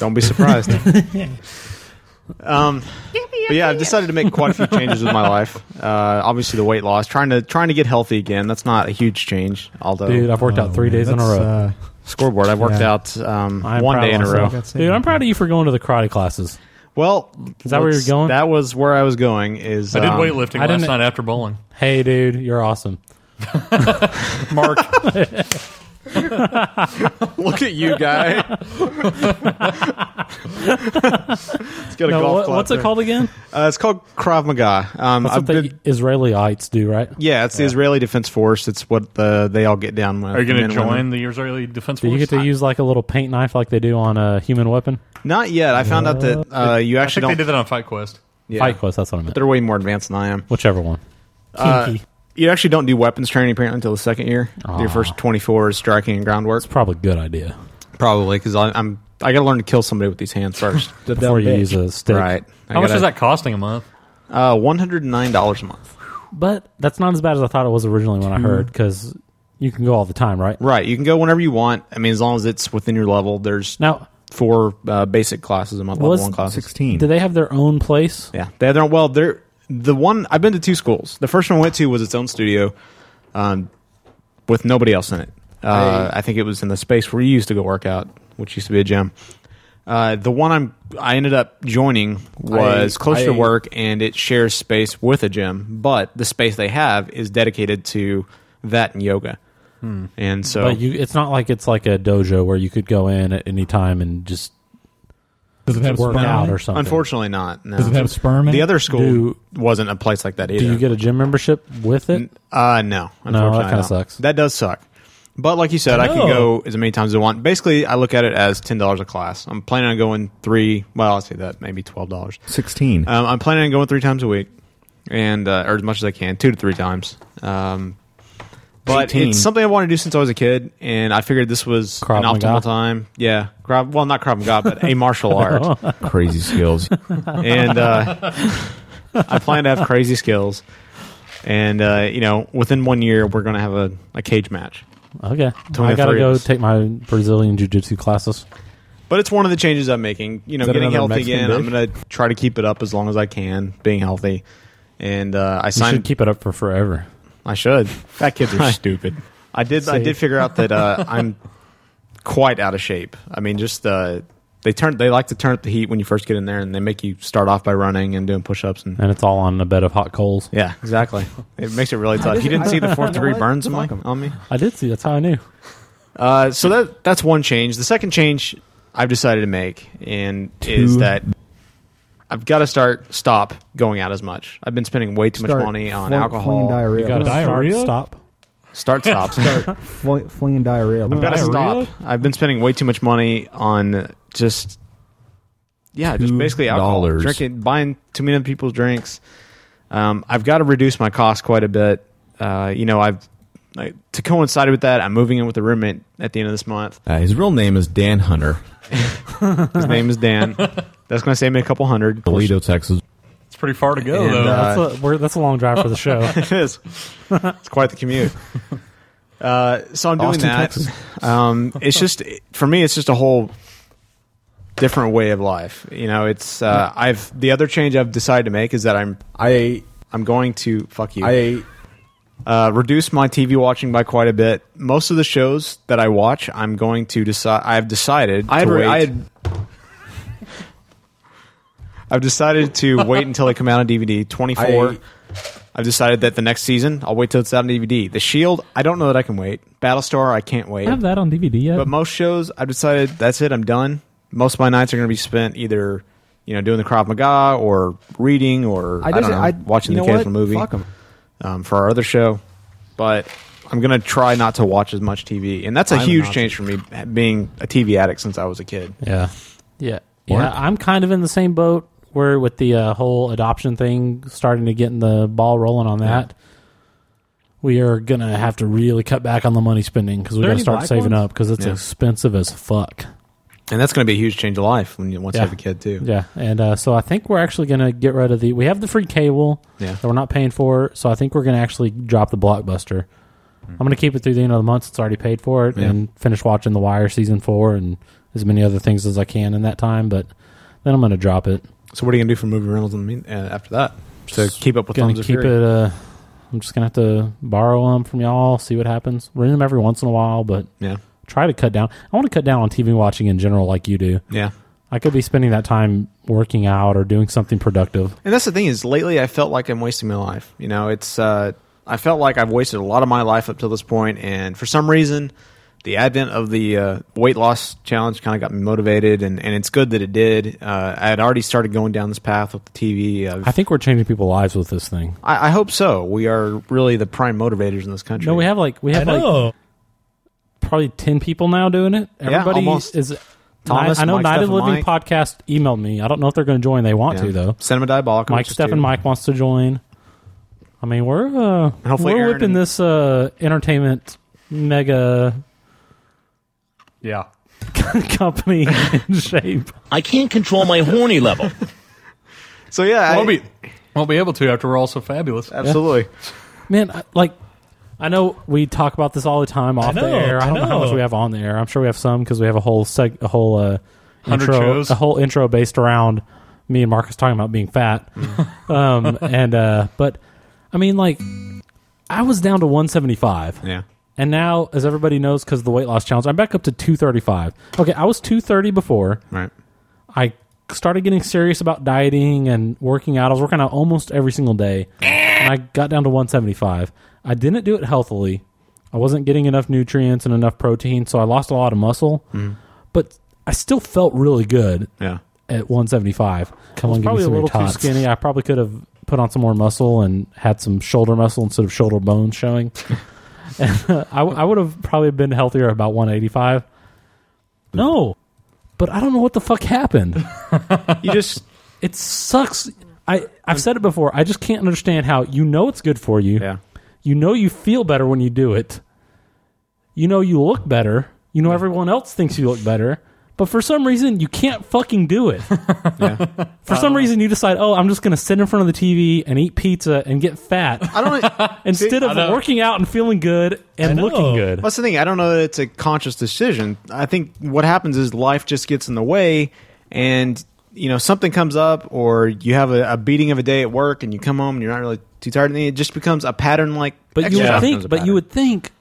Speaker 4: Don't be surprised. um, but yeah, I've decided to make quite a few changes with my life. Uh, obviously, the weight loss, trying to trying to get healthy again. That's not a huge change. Although,
Speaker 7: Dude, I've worked out three
Speaker 4: Oh,
Speaker 7: days in a row.
Speaker 4: scoreboard. I worked
Speaker 7: Yeah.
Speaker 4: out um,
Speaker 7: I am
Speaker 4: uh, one
Speaker 7: proud
Speaker 4: day
Speaker 7: of
Speaker 4: in a row.
Speaker 7: myself. Dude, I'm proud of you for going to the karate classes.
Speaker 4: Well,
Speaker 7: Is that where
Speaker 4: let's-
Speaker 7: you're going?
Speaker 4: That was where I was going. Is
Speaker 3: I did
Speaker 4: um,
Speaker 3: weightlifting
Speaker 7: I
Speaker 3: last
Speaker 7: didn't-
Speaker 3: night after bowling.
Speaker 7: Hey, dude, you're awesome.
Speaker 3: Mark.
Speaker 4: Look at you, guy. it's got a
Speaker 7: No,
Speaker 4: golf
Speaker 7: what-
Speaker 4: club
Speaker 7: what's it
Speaker 4: there.
Speaker 7: called again?
Speaker 4: Uh, it's called Krav Maga. Um,
Speaker 7: That's
Speaker 4: I've
Speaker 7: what the
Speaker 4: been,
Speaker 7: Israelites do, right?
Speaker 4: yeah, it's the Israeli Defense Force. It's what the, they all get down with.
Speaker 3: Are you
Speaker 4: men
Speaker 3: going
Speaker 4: and
Speaker 3: to
Speaker 4: women.
Speaker 3: join the Israeli Defense
Speaker 7: Do
Speaker 3: Force?
Speaker 7: you get to use like a little paint knife like they do on a human weapon?
Speaker 4: Not yet. I found out that uh, you
Speaker 3: I
Speaker 4: actually
Speaker 3: think they did
Speaker 4: don't.
Speaker 3: that on Fight Quest.
Speaker 4: Yeah.
Speaker 7: Fight Quest, that's what I
Speaker 4: But
Speaker 7: meant.
Speaker 4: they're way more advanced than I am.
Speaker 7: Whichever one.
Speaker 4: Uh,
Speaker 7: Kinky.
Speaker 4: you actually don't do weapons training apparently until the second year.
Speaker 7: Aw.
Speaker 4: Your first twenty-four is striking and groundwork. It's
Speaker 7: probably a good idea.
Speaker 4: Probably because I'm I got to learn to kill somebody with these hands first
Speaker 7: Before you use a stick.
Speaker 4: Right.
Speaker 3: How much is that costing a month?
Speaker 4: Uh, one hundred and nine dollars a month.
Speaker 7: But that's not as bad as I thought it was originally when I
Speaker 4: Two.
Speaker 7: heard because you can go all the time, right?
Speaker 4: Right. You can go whenever you want. I mean, as long as it's within your level. There's
Speaker 7: now
Speaker 4: four uh, basic classes a month.
Speaker 7: Was-
Speaker 4: level one classes.
Speaker 7: Do they have their own place?
Speaker 4: Yeah, they have their own. Well, they're the one I've been to two schools. The first one I went to was its own studio, um, with nobody else in it. Uh, I think it was in the space where you used to go work out, which used to be a gym. Uh, the one I'm I ended up joining was
Speaker 18: I-
Speaker 4: close to
Speaker 18: I-
Speaker 4: work, and it shares space with a gym, but the space they have is dedicated to that and yoga.
Speaker 7: Hmm.
Speaker 4: And so,
Speaker 7: but you, it's not like it's like a dojo where you could go in at any time and just
Speaker 4: Does it have
Speaker 7: work
Speaker 4: sperm?
Speaker 7: out or something.
Speaker 4: Unfortunately, not. No.
Speaker 7: Does it have sperm in
Speaker 4: The
Speaker 7: it?
Speaker 4: other school
Speaker 7: Do-
Speaker 4: wasn't a place like that either.
Speaker 7: do you get a gym membership with it?
Speaker 4: Uh, no.
Speaker 7: no, that
Speaker 4: unfortunately, I
Speaker 7: kind of
Speaker 4: don't.
Speaker 7: sucks.
Speaker 4: That does suck. But like you said, I can
Speaker 7: No.
Speaker 4: go as many times as I want. Basically, I look at it as ten dollars a class. I'm planning on going three. Well, I'll say that maybe twelve dollars.
Speaker 18: 16.
Speaker 4: Um, I'm planning on going three times a week, and uh, or as much as I can, two to three times. Um, but
Speaker 18: 18.
Speaker 4: it's something I wanted to do since I was a kid, and I figured this was
Speaker 18: Krav
Speaker 4: an optimal
Speaker 18: Maga?
Speaker 4: time. Yeah, Krav, well, not Krav Maga, but a martial
Speaker 7: Oh.
Speaker 4: art.
Speaker 18: Crazy skills.
Speaker 4: and uh, I plan to have crazy skills. And uh, you know, within one year, we're going to have a, a cage match.
Speaker 7: Okay, I
Speaker 4: 23
Speaker 7: gotta
Speaker 4: of
Speaker 7: go
Speaker 4: us.
Speaker 7: take my Brazilian jiu-jitsu classes.
Speaker 4: But it's one of the changes I'm making. You know,
Speaker 7: Is that
Speaker 4: getting
Speaker 7: another
Speaker 4: healthy
Speaker 7: Mexican
Speaker 4: again. I'm
Speaker 7: dish?
Speaker 4: going to try to keep it up as long as I can, being healthy. And uh, I
Speaker 7: You should
Speaker 4: signed.
Speaker 7: keep it up for forever.
Speaker 4: I should. Fat kids
Speaker 7: are
Speaker 4: stupid. I did. I
Speaker 7: See?
Speaker 4: did figure out that uh, I'm quite out of shape. I mean, just uh, they turn. They like to turn up the heat when you first get in there, and they make you start off by running and doing push-ups and
Speaker 7: And it's all on a bed of hot coals.
Speaker 4: Yeah, exactly. It makes it really tough. You didn't see the fourth degree burns on, my, on me?
Speaker 7: I did see. That's how I knew.
Speaker 4: Uh, so that that's one change. The second change I've decided to make and is
Speaker 7: Two.
Speaker 4: that I've got to start stop going out as much. I've been spending way too
Speaker 18: Start
Speaker 4: much money on
Speaker 18: fl-
Speaker 4: alcohol.
Speaker 18: flinging diarrhea. You gotta Start, diarrhea?
Speaker 7: Stop.
Speaker 4: Start stop.
Speaker 18: Start fl- flinging diarrhea.
Speaker 4: I've got to stop. I've been spending way too much money on just yeah, just
Speaker 18: Two
Speaker 4: basically alcohol,
Speaker 18: dollars.
Speaker 4: drinking, buying too many other people's drinks. Um, I've got to reduce my cost quite a bit. Uh, you know, I've like, to coincide with that, I'm moving in with a roommate at the end of this month.
Speaker 19: Uh, his real name is Dan Hunter,
Speaker 4: His name is Dan. That's going to save me a couple hundred.
Speaker 19: Toledo, Texas.
Speaker 3: It's pretty far to go,
Speaker 4: And,
Speaker 3: though.
Speaker 4: uh,
Speaker 7: That's a, we're, that's a long drive for the show.
Speaker 4: it is. It's quite the commute. Uh, so I'm doing
Speaker 7: Austin,
Speaker 4: that.
Speaker 7: Texas.
Speaker 4: Um, it's just for me, it's just a whole different way of life. You know, it's uh, I've the other change I've decided to make is that I'm I I'm going to fuck you.
Speaker 18: I-
Speaker 4: uh, reduce my TV watching by quite a bit. Most of the shows that I watch, I'm going to decide. I've decided.
Speaker 18: I had
Speaker 4: to
Speaker 18: re-
Speaker 4: wait.
Speaker 18: I
Speaker 4: I've decided to wait until they come out on DVD. Twenty four.
Speaker 18: I-
Speaker 4: I've decided that the next season I'll wait till it's out on DVD. The Shield, I don't know that I can wait. Battlestar, I can't wait.
Speaker 7: I have that on DVD yet.
Speaker 4: But most shows, I've decided that's it. I'm done. Most of my nights are going to be spent either, you know, doing the Krav Maga or reading or
Speaker 18: I
Speaker 4: I, don't
Speaker 18: just-
Speaker 4: know,
Speaker 18: I-
Speaker 4: watching
Speaker 18: you
Speaker 4: the
Speaker 18: know
Speaker 4: occasional
Speaker 18: what?
Speaker 4: movie
Speaker 18: Fuck 'em.
Speaker 4: um, for our other show. But I'm going to try not to watch as much TV, and that's a
Speaker 7: I'm a
Speaker 4: huge
Speaker 7: Nazi.
Speaker 4: change for me, being a TV addict since I was a kid.
Speaker 7: Yeah. Yeah.
Speaker 4: What?
Speaker 7: Yeah. I'm kind of in the same boat where with the uh, whole adoption thing starting to getting the ball rolling on that. We are going to have to really cut back on the money spending because we
Speaker 4: There
Speaker 7: got to
Speaker 4: any
Speaker 7: start
Speaker 4: black
Speaker 7: saving
Speaker 4: ones?
Speaker 7: up because it's
Speaker 4: Yeah.
Speaker 7: expensive as fuck.
Speaker 4: And that's going to be a huge change of life when you once
Speaker 7: Yeah.
Speaker 4: you have a kid too.
Speaker 7: Yeah. And uh, so I think we're actually going to get rid of the. We have the free cable
Speaker 4: Yeah.
Speaker 7: that we're not paying for. So I think we're going to actually drop the blockbuster. I'm going to keep it through the end of the month. It's already paid for it
Speaker 4: Hmm. Yeah.
Speaker 7: and finish watching The Wire season four and as many other things as I can in that time. But then I'm going to drop it.
Speaker 4: So what are you going to do for movie rentals in the mean, uh, after that? To keep up with
Speaker 7: gonna
Speaker 4: Thumbs of
Speaker 7: keep
Speaker 4: Fury?
Speaker 7: it. Uh, I'm just gonna have to borrow them from y'all. See what happens. Rent them every once in a while, but
Speaker 4: yeah,
Speaker 7: try to cut down. I want to cut down on TV watching in general, like you do.
Speaker 4: Yeah.
Speaker 7: I could be spending that time working out or doing something productive.
Speaker 4: And that's the thing is lately I felt like I'm wasting my life. You know, it's uh, I felt like I've wasted a lot of my life up till this point, and for some reason, the advent of the uh, weight loss challenge kind of got me motivated, and, and it's good that it did. Uh, I had already started going down this path with the TV. I've,
Speaker 7: I think we're changing people's lives with this thing.
Speaker 4: I, I hope so. We are really the prime motivators in this country.
Speaker 7: No, we have like we have
Speaker 4: I
Speaker 7: like probably ten people now doing it.
Speaker 4: Yeah,
Speaker 7: Everybody
Speaker 4: almost.
Speaker 7: is.
Speaker 4: Thomas,
Speaker 7: I know
Speaker 4: Mike,
Speaker 7: Night
Speaker 4: Steph,
Speaker 7: of
Speaker 4: and
Speaker 7: the Living
Speaker 4: Mike.
Speaker 7: podcast emailed me. I don't know if they're going to join. They want
Speaker 4: Yeah.
Speaker 7: to though.
Speaker 4: Cinema Diabolical.
Speaker 7: Mike,
Speaker 4: which is
Speaker 7: Steph,
Speaker 4: two.
Speaker 7: and Mike wants to join. I mean, we're uh,
Speaker 4: Hopefully
Speaker 7: we're
Speaker 4: Aaron
Speaker 7: whipping
Speaker 4: and-
Speaker 7: this uh, entertainment mega
Speaker 3: yeah
Speaker 7: company in shape.
Speaker 13: I can't control my horny level.
Speaker 4: So yeah,
Speaker 3: won't be won't be able to after we're all so fabulous.
Speaker 7: Absolutely. Man, I- like I know we talk about this all the time off
Speaker 3: know,
Speaker 7: the air.
Speaker 3: I
Speaker 7: I don't know. how
Speaker 3: know.
Speaker 7: much we have on the air. I'm sure we have some because we have a whole seg- a whole uh,
Speaker 3: 100
Speaker 7: intro,
Speaker 3: shows.
Speaker 7: a whole intro based around me and Marcus talking about being fat. um, and uh, but I mean, like I was down to 175.
Speaker 4: Yeah.
Speaker 7: And now, as everybody knows, because of the weight loss challenge, I'm back up to 235. Okay, I was 230 before.
Speaker 4: Right.
Speaker 7: I started getting serious about dieting and working out. I was working out almost every single day, and I got down to 175. I didn't do it healthily. I wasn't getting enough nutrients and enough protein, so I lost a lot of muscle.
Speaker 4: Mm.
Speaker 7: But I still felt really good.
Speaker 4: Yeah.
Speaker 7: At 175,
Speaker 13: Come
Speaker 7: I was
Speaker 13: on, give me
Speaker 7: probably
Speaker 13: some
Speaker 7: a
Speaker 13: of your
Speaker 7: little too
Speaker 13: tots.
Speaker 7: skinny. I probably could have put on some more muscle and had some shoulder muscle instead of shoulder bones showing. and, uh, I, I would have probably been healthier at about 185. No, but I don't know what the fuck happened.
Speaker 4: you just
Speaker 7: it sucks. I I've said it before. I just can't understand how you know it's good for you.
Speaker 4: Yeah.
Speaker 7: You know you feel better when you do it. You know you look better. You know everyone else thinks you look better. But for some reason, you can't fucking do it. For some reason, you decide, oh, I'm just going to sit in front of the TV and eat pizza and get fat. I
Speaker 4: don't
Speaker 7: instead
Speaker 4: I
Speaker 7: of
Speaker 4: know.
Speaker 7: working out and feeling good and looking good.
Speaker 4: That's the thing. I don't know that it's a conscious decision. I think what happens is life just gets in the way, and you know something comes up, or you have a, a beating of a day at work, and you come home and you're not really too tired, and it just becomes a pattern. Like,
Speaker 7: But you would think, but you would think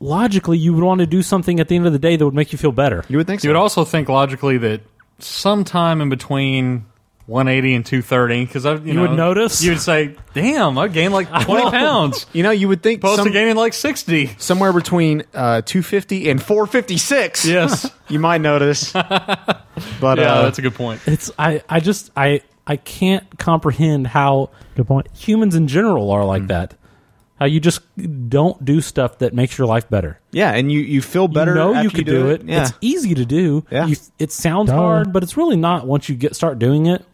Speaker 7: logically you would want to do something at the end of the day that would make you feel better.
Speaker 4: You would think
Speaker 3: You would also think logically that sometime in between 180 and 230, because you,
Speaker 7: You would
Speaker 3: notice. You would say, "Damn, I gained like 20 pounds."
Speaker 4: You know, you would think
Speaker 3: Supposed to
Speaker 4: some-
Speaker 3: gaining like 60.
Speaker 4: somewhere between uh, 250 and 456.
Speaker 3: Yes.
Speaker 4: you might notice. But
Speaker 3: yeah,
Speaker 4: uh,
Speaker 3: that's a good point.
Speaker 7: It's I I just I I can't comprehend how good point humans in general are
Speaker 4: Mm.
Speaker 7: like that. How you just don't do stuff that makes your life better.
Speaker 4: Yeah, and you you feel better.
Speaker 7: You know
Speaker 4: after
Speaker 7: you could
Speaker 4: do, it. Yeah.
Speaker 7: It's easy to do. Yeah. it sounds
Speaker 4: Duh. Mm-hmm.
Speaker 7: hard, but it's really not once you get start doing it.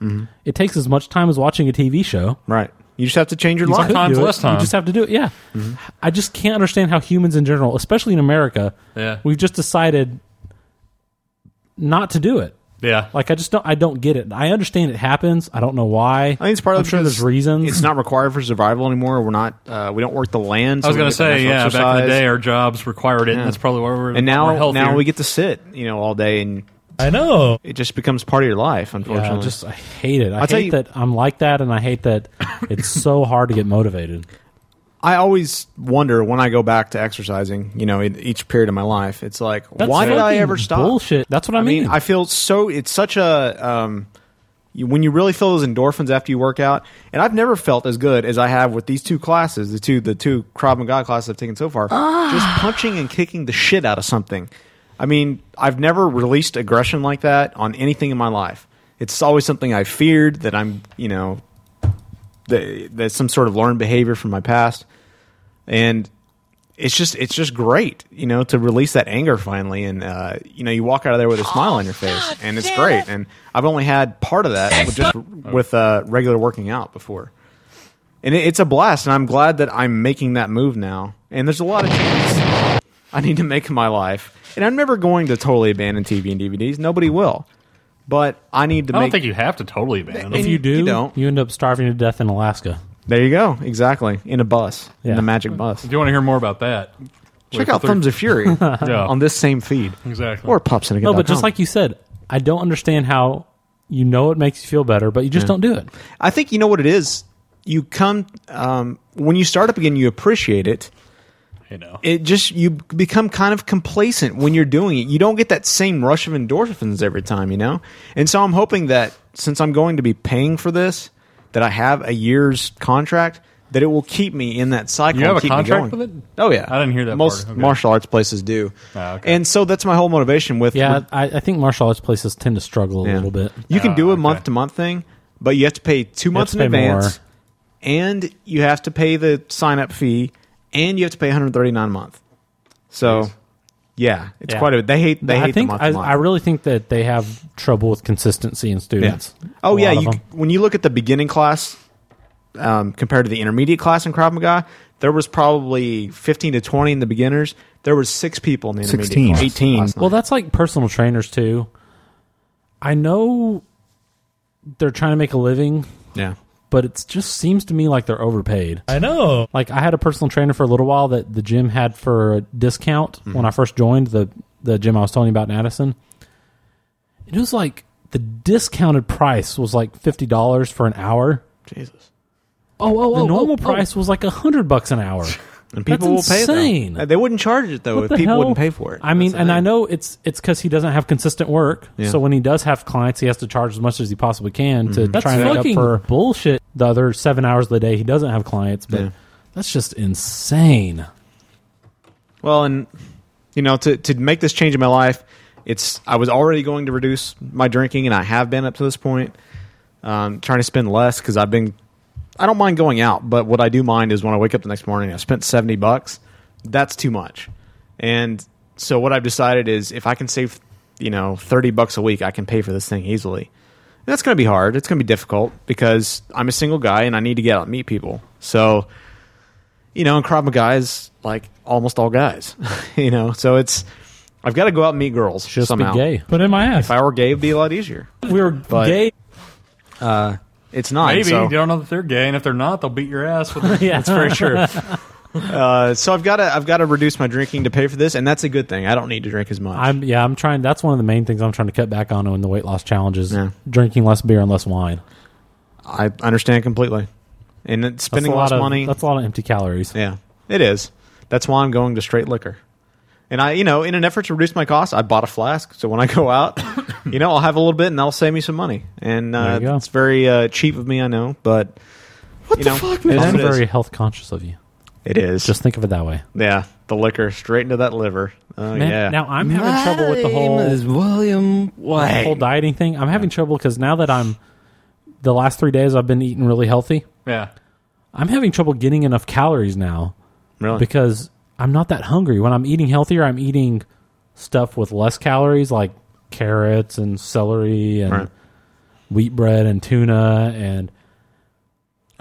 Speaker 7: It takes as much time as watching a TV show.
Speaker 4: Right. You just have to change your life.
Speaker 3: Sometimes less time.
Speaker 7: You just have to do it. Yeah.
Speaker 4: Mm-hmm.
Speaker 7: I just can't understand how humans in general, especially in America,
Speaker 3: Yeah.
Speaker 7: we've just decided not to do it.
Speaker 3: Yeah.
Speaker 7: Like I just don't I don't get it. I understand it happens. I don't know why. I
Speaker 4: think it's part
Speaker 7: I'm
Speaker 4: of
Speaker 7: sure there's
Speaker 4: because
Speaker 7: reasons.
Speaker 4: It's not required for survival anymore. We're not. Uh, we don't work the land.
Speaker 3: I was
Speaker 4: so we
Speaker 3: going to
Speaker 4: get the
Speaker 3: say,
Speaker 4: national
Speaker 3: yeah, back in the
Speaker 4: exercise.
Speaker 3: day, our jobs required it.
Speaker 4: Yeah.
Speaker 3: And that's probably why we're
Speaker 4: and
Speaker 3: we're
Speaker 4: now
Speaker 3: healthier.
Speaker 4: now we get to sit, you know, all day and
Speaker 7: I know
Speaker 4: it just becomes part of your life. Unfortunately,
Speaker 7: Yeah, I just I hate it. I
Speaker 4: I'll tell
Speaker 7: hate
Speaker 4: you-
Speaker 7: that I'm like that, and I hate that it's so hard to get motivated.
Speaker 4: I always wonder when I go back to exercising. You know, in each period of my life, it's like,
Speaker 7: That's
Speaker 4: why did I
Speaker 7: fucking
Speaker 4: ever stop?
Speaker 7: Bullshit. That's what I, mean.
Speaker 4: I feel so. It's such a um, you, when you really feel those endorphins after you work out, and I've never felt as good as I have with these two classes, the two the two Krav Maga classes I've taken so far. Just punching and kicking the shit out of something. I mean, I've never released aggression like that on anything in my life. It's always something I feared that I'm, you know, that, that's some sort of learned behavior from my past, and it's just it's just great, you know, to release that anger finally, and uh, you know, you walk out of there with a smile on your face, and it's great. And I've only had part of that with just with uh, regular working out before, and it, it's a blast. And I'm glad that I'm making that move now. And there's a lot of changes I need to make in my life, and I'm never going to totally abandon TV and DVDs. Nobody will, but I need
Speaker 3: I
Speaker 4: to
Speaker 3: don't
Speaker 4: make.
Speaker 3: think you have to totally abandon
Speaker 7: if
Speaker 3: them.
Speaker 7: you do,
Speaker 4: you
Speaker 7: you,
Speaker 4: don't.
Speaker 7: end up starving to death in Alaska.
Speaker 4: there you go, exactly in a bus, in
Speaker 7: Yeah.
Speaker 4: the magic bus.
Speaker 3: If you want to hear more about that,
Speaker 4: Check out Thumbs of Fury
Speaker 3: Yeah.
Speaker 4: on this same feed,
Speaker 3: Exactly.
Speaker 4: or pops
Speaker 7: No, but just like you said, I don't understand how you know it makes you feel better, but you just
Speaker 4: Yeah.
Speaker 7: don't do it.
Speaker 4: I think you know what it is. You come um, when you start up again, you appreciate it.
Speaker 3: You know,
Speaker 4: it just you become kind of complacent when you're doing it. You don't get that same rush of endorphins every time, you know. And so I'm hoping that since I'm going to be paying for this, that I have a year's contract, that it will keep me in that cycle.
Speaker 3: You have
Speaker 4: and
Speaker 3: a
Speaker 4: keep me
Speaker 3: contract
Speaker 4: going.
Speaker 3: with it?
Speaker 4: Oh yeah,
Speaker 3: I didn't hear that
Speaker 4: Most
Speaker 3: part. Okay.
Speaker 4: martial arts places do,
Speaker 3: Ah, okay.
Speaker 4: and so that's my whole motivation with
Speaker 7: Yeah,
Speaker 4: with
Speaker 7: I, I think martial arts places tend to struggle a
Speaker 4: Yeah. Oh,
Speaker 7: little bit.
Speaker 4: You can do a month to month thing, but you have to pay two
Speaker 7: have
Speaker 4: months
Speaker 7: to
Speaker 4: in
Speaker 7: pay
Speaker 4: advance, and you have to pay the sign up fee, and you have to pay 139 a month. So, yeah, it's
Speaker 7: Yeah.
Speaker 4: quite a bit. They hate they
Speaker 7: I
Speaker 4: hate
Speaker 7: think
Speaker 4: the month.
Speaker 7: I,
Speaker 4: to month.
Speaker 7: I really think that they have trouble with consistency in students.
Speaker 4: Yeah. Oh
Speaker 7: A
Speaker 4: yeah,
Speaker 7: lot of
Speaker 4: you,
Speaker 7: them.
Speaker 4: when you look at the beginning class um, compared to the intermediate class in Krav Maga, there was probably 15 to 20 in the beginners. There was six people in the intermediate class. 18.
Speaker 7: Well, that's like personal trainers too. I know they're trying to make a living.
Speaker 4: Yeah.
Speaker 7: But it just seems to me like they're overpaid. I know. Like I had a personal trainer for a little while that the gym had for a discount when I first joined the the gym I was telling you about in Addison. It was like the discounted price was like fifty dollars for an hour.
Speaker 4: Jesus.
Speaker 7: Oh, oh,
Speaker 4: oh,
Speaker 7: the normal
Speaker 4: oh, oh.
Speaker 7: price was like a hundred bucks an hour.
Speaker 4: And people
Speaker 7: That's
Speaker 4: will pay
Speaker 7: insane.
Speaker 4: though. They wouldn't charge it though
Speaker 7: What
Speaker 4: if
Speaker 7: the
Speaker 4: people
Speaker 7: hell?
Speaker 4: wouldn't pay for it.
Speaker 7: I mean, and I know it's it's because he doesn't have consistent work.
Speaker 4: Yeah.
Speaker 7: So when he does have clients, he has to charge as much as he possibly can to
Speaker 4: Mhm. That's
Speaker 7: try and make up
Speaker 4: fucking
Speaker 7: for bullshit. The other seven hours of the day he doesn't have clients, but
Speaker 4: Yeah.
Speaker 7: that's just insane.
Speaker 4: Well, and you know, to to make this change in my life, it's I was already going to reduce my drinking, and I have been up to this point, um, trying to spend less because I've been. I don't mind going out, but what I do mind is when I wake up the next morning, I spent seventy bucks. That's too much, and so what I've decided is if I can save, you know, thirty bucks a week, I can pay for this thing easily. And that's going to be hard. It's going to be difficult because I'm a single guy and I need to get out and meet people. So you know, and Krav Maga is like almost all guys, you know. So it's I've got to go out and meet girls
Speaker 7: Just be
Speaker 4: somehow.
Speaker 7: gay. Put in my ass.
Speaker 4: If I were gay, it'd be a lot easier.
Speaker 7: We were
Speaker 4: But,
Speaker 7: gay.
Speaker 4: Uh, it's not.
Speaker 3: Maybe
Speaker 4: so-
Speaker 3: you don't know that they're gay, and if they're not, they'll beat your ass. With
Speaker 4: that's very sure. Uh, so I've got to I've got to reduce my drinking to pay for this, and that's a good thing. I don't need to drink as much.
Speaker 7: I'm yeah. I'm trying. That's one of the main things I'm trying to cut back on in the weight loss challenges: drinking less beer and less wine.
Speaker 4: I understand completely, and it's spending
Speaker 7: That's a
Speaker 4: less
Speaker 7: lot of-
Speaker 4: money.
Speaker 7: That's a lot of empty calories.
Speaker 4: Yeah, it is. That's why I'm going to straight liquor. And I, you know, in an effort to reduce my costs, I bought a flask. So when I go out, you know, I'll have a little bit, and that'll save me some money. And
Speaker 7: There
Speaker 4: uh,
Speaker 7: you go.
Speaker 4: it's very uh, cheap of me, I know, but what you know,
Speaker 7: That's
Speaker 4: it is.
Speaker 7: very health conscious of you.
Speaker 4: It is.
Speaker 7: Just think of it that way.
Speaker 4: Yeah, the liquor straight into that liver. Oh
Speaker 7: Man,
Speaker 4: yeah.
Speaker 7: Now I'm having trouble with the whole
Speaker 4: William
Speaker 7: the whole dieting thing. I'm having trouble because now that I'm the last three days I've been eating really healthy.
Speaker 3: Yeah.
Speaker 7: I'm having trouble getting enough calories now.
Speaker 4: Really?
Speaker 7: Because I'm not that hungry. When I'm eating healthier, I'm eating stuff with less calories, like carrots and celery and
Speaker 4: Right.
Speaker 7: wheat bread and tuna and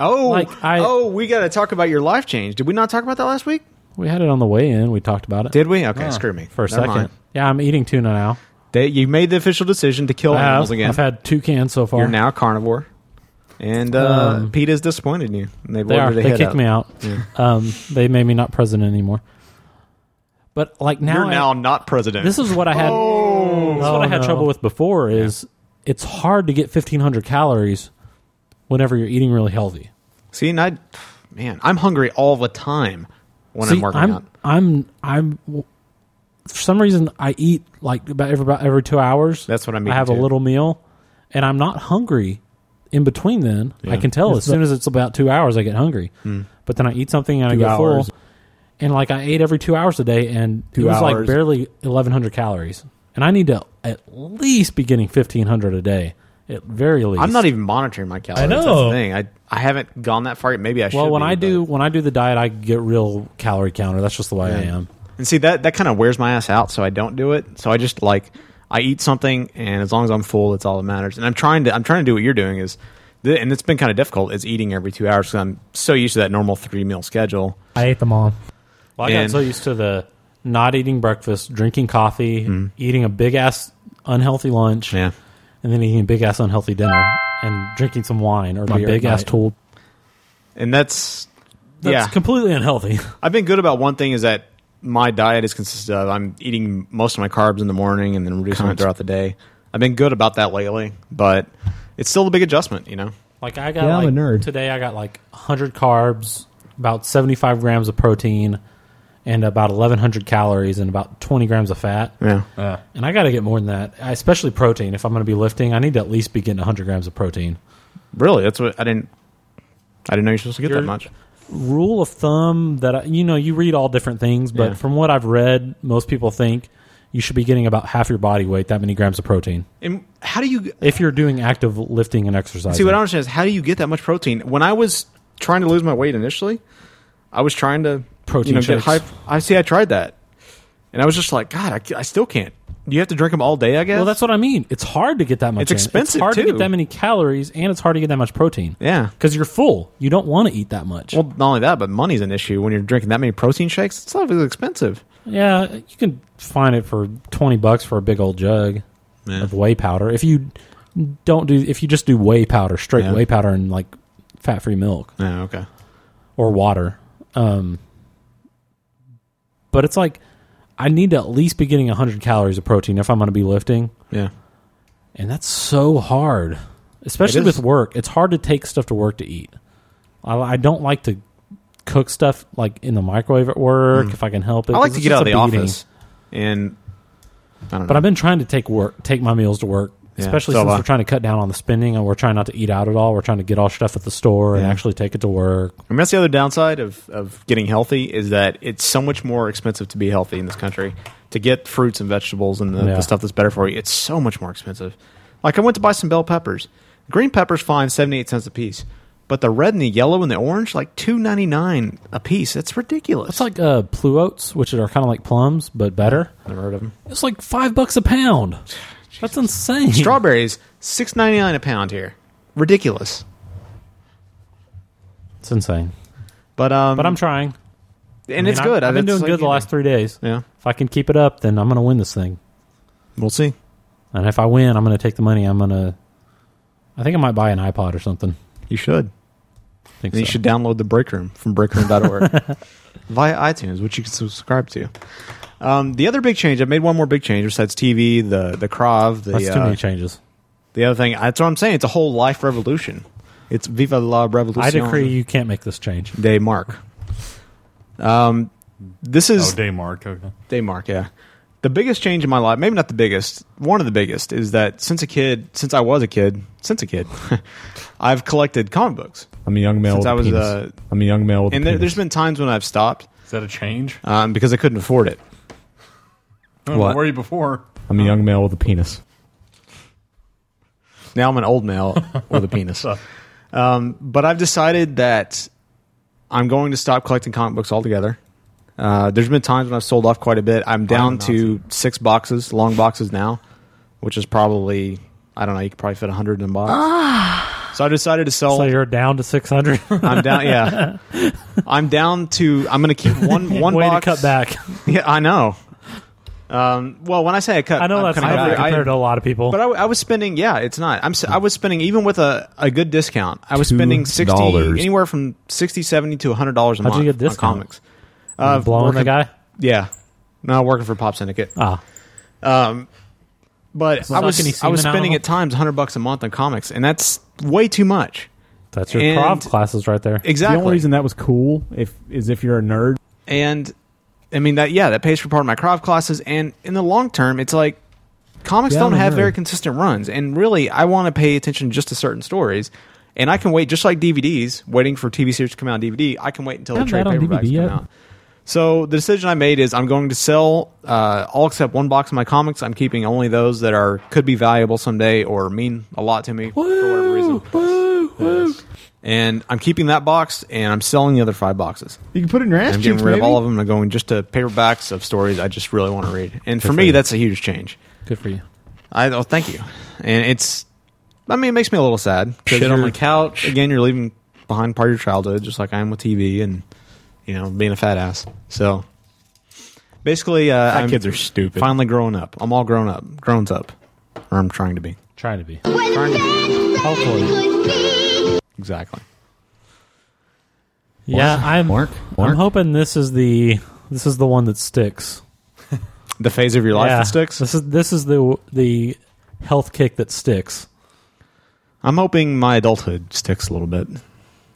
Speaker 4: Oh, oh, we got to talk about your life change. Did we not talk about that last week?
Speaker 7: we had it on the way in. We talked about it.
Speaker 4: Did we? Okay, screw me.
Speaker 7: For a
Speaker 4: Never
Speaker 7: second.
Speaker 4: mind.
Speaker 7: Yeah, I'm eating tuna now.
Speaker 4: They, you made the official decision to kill
Speaker 7: I have.
Speaker 4: animals again.
Speaker 7: I've had two cans so far.
Speaker 4: You're now a carnivore, and uh,
Speaker 7: Um,
Speaker 4: Pete is disappointed in you. And they
Speaker 7: They are.
Speaker 4: lowered the
Speaker 7: They
Speaker 4: head
Speaker 7: kicked
Speaker 4: up.
Speaker 7: me out.
Speaker 4: Yeah.
Speaker 7: Um, they made me not president anymore. But like now,
Speaker 4: You're
Speaker 7: I-
Speaker 4: now Oh. not president.
Speaker 7: This is what I had. this is what I had
Speaker 4: no.
Speaker 7: trouble with before. Is it's hard to get fifteen hundred calories whenever you're eating really healthy.
Speaker 4: See, and I, man, I'm hungry all the time when I'm
Speaker 7: See,
Speaker 4: working
Speaker 7: I'm,
Speaker 4: out.
Speaker 7: I'm I'm for some reason I eat like about every about every two hours.
Speaker 4: That's what I mean,
Speaker 7: I have
Speaker 4: too.
Speaker 7: a little meal, and I'm not hungry. In between, then I
Speaker 4: Yeah.
Speaker 7: can tell
Speaker 4: It's
Speaker 7: as soon
Speaker 4: the-
Speaker 7: as it's about two hours, I get hungry.
Speaker 4: Hmm.
Speaker 7: But then I eat something and
Speaker 4: Two
Speaker 7: I get
Speaker 4: hours.
Speaker 7: full. And like I ate every two hours a day, and
Speaker 4: Two
Speaker 7: it was
Speaker 4: hours.
Speaker 7: like barely 1,100 calories. And I need to at least be getting 1,500 a day, at very least.
Speaker 4: I'm not even monitoring my calories. That's the
Speaker 7: know.
Speaker 4: thing. I I haven't gone that far. yet. Maybe I should.
Speaker 7: well, when
Speaker 4: be,
Speaker 7: I
Speaker 4: but-
Speaker 7: do when I do the diet, I get real calorie counter. That's just the way I
Speaker 4: Yeah.
Speaker 7: am.
Speaker 4: And see that that kind of wears my ass out, so I don't do it. So I just like I eat something, and as long as I'm full, that's all that matters. And I'm trying to I'm trying to do what you're doing is, th- and it's been kind of difficult. Is eating every two hours because I'm so used to that normal three meal schedule.
Speaker 7: I ate them all. Well, I
Speaker 4: And-
Speaker 7: got so used to the not eating breakfast, drinking coffee, eating a big ass unhealthy lunch,
Speaker 4: Mm-hmm. yeah.
Speaker 7: and then eating a big ass unhealthy dinner and drinking some wine or
Speaker 4: My
Speaker 7: my big ass tool.
Speaker 4: And that's
Speaker 7: That's
Speaker 4: yeah.
Speaker 7: completely unhealthy.
Speaker 4: I've been good about one thing is that my diet is consisted of I'm eating most of my carbs in the morning and then reducing
Speaker 7: Carbs.
Speaker 4: it throughout the day. I've been good about that lately, but it's still a big adjustment, you know.
Speaker 7: Like I got
Speaker 4: Yeah, I'm
Speaker 7: like,
Speaker 4: a nerd.
Speaker 7: today I got like 100 carbs, about 75 grams of protein, and about 1100 calories and about 20 grams of fat.
Speaker 4: Yeah.
Speaker 3: Yeah.
Speaker 7: And I got to get more than that, especially protein. If I'm going to be lifting, I need to at least be getting 100 grams of protein.
Speaker 4: Really, that's what I didn't. I didn't know you're supposed to get
Speaker 7: Your
Speaker 4: that much.
Speaker 7: Rule of thumb that I, you know you read all different things, but
Speaker 4: Yeah.
Speaker 7: from what I've read, most people think you should be getting about half your body weight that many grams of protein
Speaker 4: And how do you
Speaker 7: if you're doing active lifting and exercise.
Speaker 4: see? What I don't understand is how do you get that much protein? When I was trying to lose my weight initially, I was trying to
Speaker 7: Protein
Speaker 4: You know,
Speaker 7: shakes.
Speaker 4: get high, I see. I tried that, and I was just like, God, I, ca- I still can't. You have to drink them all day, I guess.
Speaker 7: Well, that's what I mean. It's hard to get that much.
Speaker 4: It's
Speaker 7: in.
Speaker 4: expensive,
Speaker 7: It's hard to
Speaker 4: too.
Speaker 7: get that many calories, and it's hard to get that much protein.
Speaker 4: yeah,
Speaker 7: because you're full. You don't want to eat that much.
Speaker 4: Well, not only that, but money's an issue when you're drinking that many protein shakes. It's not really expensive.
Speaker 7: Yeah, you can find it for twenty bucks for a big old jug of whey powder. If you don't do, if you just do whey powder, straight
Speaker 4: Yeah.
Speaker 7: whey powder, and like fat-free milk.
Speaker 4: Yeah, okay.
Speaker 7: Or water. Um, but it's like I need to at least be getting hundred calories of protein if I'm going to be lifting.
Speaker 4: Yeah.
Speaker 7: and that's so hard, especially
Speaker 4: It is.
Speaker 7: with work. It's hard to take stuff to work to eat. I, I don't like to cook stuff like in the microwave at work
Speaker 4: Mm.
Speaker 7: if I can help it.
Speaker 4: I like
Speaker 7: 'cause
Speaker 4: to
Speaker 7: it's
Speaker 4: get
Speaker 7: just
Speaker 4: out of the
Speaker 7: a beating.
Speaker 4: office, and I don't know.
Speaker 7: But I've been trying to take work, take my meals to work,
Speaker 4: Yeah,
Speaker 7: especially
Speaker 4: so
Speaker 7: since
Speaker 4: have I.
Speaker 7: we're trying to cut down on the spending and we're trying not to eat out at all. We're trying to get all stuff at the store and
Speaker 4: Yeah.
Speaker 7: actually take it to work.
Speaker 4: I mean, that's the other downside of, of getting healthy is that it's so much more expensive to be healthy in this country. To get fruits and vegetables and the,
Speaker 7: Yeah.
Speaker 4: the stuff that's better for you, it's so much more expensive. Like I went to buy some bell peppers. Green peppers fine, seventy eight cents a piece. But the red and the yellow and the orange, like two ninety nine a piece. That's ridiculous.
Speaker 7: It's like uh, blue oats, which are kind of like plums but better.
Speaker 4: Never heard of them.
Speaker 7: It's like five bucks a pound. That's insane.
Speaker 4: Strawberries, six ninety nine a pound here. Ridiculous.
Speaker 7: It's insane.
Speaker 4: But um,
Speaker 7: But I'm trying.
Speaker 4: And
Speaker 7: I
Speaker 4: it's
Speaker 7: mean, I've-
Speaker 4: good.
Speaker 7: I've been
Speaker 4: It's
Speaker 7: doing
Speaker 4: like-
Speaker 7: good the last three days.
Speaker 4: Yeah.
Speaker 7: If I can keep it up, then I'm going to win this thing.
Speaker 4: We'll see.
Speaker 7: And if I win, I'm going to take the money. I'm going to. I think I might buy an iPod or something.
Speaker 4: You should.
Speaker 7: Think
Speaker 4: and you
Speaker 7: so.
Speaker 4: should download the break room from breakroom.org via iTunes, which you can subscribe to. Um, the other big change, I've made one more big change besides TV, the the Krav, the
Speaker 7: That's too
Speaker 4: uh,
Speaker 7: many changes.
Speaker 4: The other thing, that's what I'm saying. It's a whole life revolution. It's Viva la Revolution.
Speaker 7: I decree you can't make this change.
Speaker 4: Day Mark. Um, this is
Speaker 3: Oh, day mark. Okay.
Speaker 4: Day Mark, yeah. The biggest change in my life, maybe not the biggest, one of the biggest, is that since a kid, since I was a kid, since a kid, I've collected comic books.
Speaker 19: I'm a young male.
Speaker 4: Since
Speaker 19: with
Speaker 4: I was,
Speaker 19: penis.
Speaker 4: uh,
Speaker 19: I'm a young male. With
Speaker 4: and
Speaker 19: a
Speaker 4: there,
Speaker 19: penis.
Speaker 4: there's been times when I've stopped
Speaker 3: Is that a change?
Speaker 4: um, because I couldn't afford it.
Speaker 3: I don't know, Where were you before?
Speaker 19: I'm a young male with a penis.
Speaker 4: Now I'm an old male with a penis. Um, but I've decided that I'm going to stop collecting comic books altogether. Uh, there's been times when I've sold off quite a bit. I'm down to six boxes, long boxes now, which is probably I don't know. You could probably fit a hundred in a box. So I decided to sell.
Speaker 7: So you're down to 600.
Speaker 4: I'm down. Yeah, I'm down to. I'm going to keep one one
Speaker 7: Way to
Speaker 4: box.
Speaker 7: cut back.
Speaker 4: Yeah, I know. Um, well, when I say I cut,
Speaker 7: I know
Speaker 4: I'm
Speaker 7: that's
Speaker 4: cutting
Speaker 7: heavy
Speaker 4: back. I-
Speaker 7: compared to a lot of people.
Speaker 4: but I, I was spending, yeah, it's not. I'm, si was spending even with a, a good discount. I was
Speaker 7: Two
Speaker 4: spending sixty
Speaker 7: dollars.
Speaker 4: anywhere from 60 70 to hundred dollars a
Speaker 7: How'd you
Speaker 4: month
Speaker 7: get
Speaker 4: on
Speaker 7: discount?
Speaker 4: comics.
Speaker 7: You blowing the guy?
Speaker 4: Yeah, no, working for Pop Syndicate.
Speaker 7: Ah,
Speaker 4: um, but
Speaker 7: Sucking
Speaker 4: I
Speaker 7: any
Speaker 4: was I was
Speaker 7: semen out
Speaker 4: spending
Speaker 7: of
Speaker 4: at times hundred bucks a month on comics, and that's way too much.
Speaker 7: That's your
Speaker 4: And-
Speaker 7: prov classes right there.
Speaker 18: The only reason that was cool if is if you're a nerd.
Speaker 4: and I mean that yeah, that pays for part of my Krav classes. And in the long term, it's like comics
Speaker 18: Yeah,
Speaker 4: don't
Speaker 18: I'm a
Speaker 4: have
Speaker 18: nerd.
Speaker 4: very consistent runs. And really, I want to pay attention just to certain stories. And I can wait just like DVDs, waiting for TV series to come out on DVD. I can wait until
Speaker 18: I
Speaker 4: the
Speaker 18: have
Speaker 4: trade
Speaker 18: that on
Speaker 4: paperbacks
Speaker 18: DVD
Speaker 4: come
Speaker 18: yet.
Speaker 4: out. So the decision I made is I'm going to sell uh, all except one box of my comics. I'm keeping only those that are could be valuable someday or mean a lot to me for whatever reason. And I'm keeping that box, and I'm selling the other five boxes.
Speaker 18: You can put it in your ass
Speaker 4: I'm
Speaker 18: cheeks,
Speaker 4: getting rid
Speaker 18: maybe.
Speaker 4: of all of them and going just to paperbacks of stories I just really want to read. And
Speaker 18: Good
Speaker 4: for
Speaker 18: for
Speaker 4: me,
Speaker 18: you.
Speaker 4: that's a huge change.
Speaker 7: Good for you.
Speaker 4: I oh, thank you. And it's, I mean, it makes me a little sad. 'cause
Speaker 19: Shit on
Speaker 4: you're-
Speaker 19: my couch.
Speaker 4: again. You're leaving behind part of your childhood, just like I am with TV and you know being a fat ass. So basically, uh,
Speaker 19: Fat
Speaker 4: I'm
Speaker 19: kids are stupid.
Speaker 4: Finally, growing up. I'm all grown up, grown up, or I'm trying to be.
Speaker 7: Trying to be.
Speaker 4: Trying to be. Hopefully. Exactly.
Speaker 7: Yeah,
Speaker 4: Mark,
Speaker 7: I'm.
Speaker 4: Mark,
Speaker 7: I'm
Speaker 4: Mark.
Speaker 7: hoping this is the this is the one that sticks.
Speaker 4: the phase of your life that sticks?
Speaker 7: This is this is the the health kick that sticks.
Speaker 4: I'm hoping my adulthood sticks a little bit.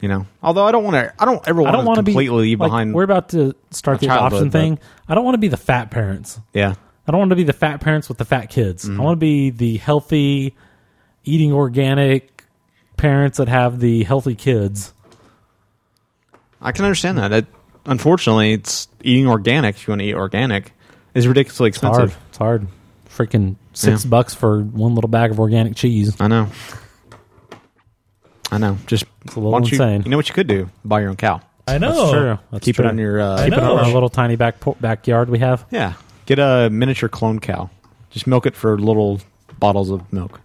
Speaker 4: You know, although I don't want to, I don't ever
Speaker 7: I
Speaker 4: want
Speaker 7: don't
Speaker 4: to
Speaker 7: want to
Speaker 4: completely
Speaker 7: be
Speaker 4: leave
Speaker 7: like,
Speaker 4: behind.
Speaker 7: We're about to start the
Speaker 4: my childhood,
Speaker 7: adoption
Speaker 4: but-
Speaker 7: thing. I don't want to be the fat parents.
Speaker 4: yeah,
Speaker 7: I don't want to be the fat parents with the fat kids.
Speaker 4: Mm-hmm.
Speaker 7: I want to be the healthy, eating organic parents that have the healthy kids.
Speaker 4: I can understand that. It, unfortunately, it's eating organic. If you want to eat organic, is ridiculously
Speaker 7: It's hard.
Speaker 4: expensive.
Speaker 7: It's hard. Freaking six
Speaker 4: Yeah.
Speaker 7: bucks for one little bag of organic cheese.
Speaker 4: I know. I know. Just
Speaker 7: a little
Speaker 4: why don't you-
Speaker 7: insane.
Speaker 4: You, know what you could do? Buy your own cow.
Speaker 7: I
Speaker 4: That's
Speaker 7: That's true. That's
Speaker 4: Keep
Speaker 7: true.
Speaker 4: it on your. Uh,
Speaker 7: Keep it on our little tiny back po- backyard we have.
Speaker 4: Yeah. Get a miniature clone cow. Just milk it for little bottles of milk.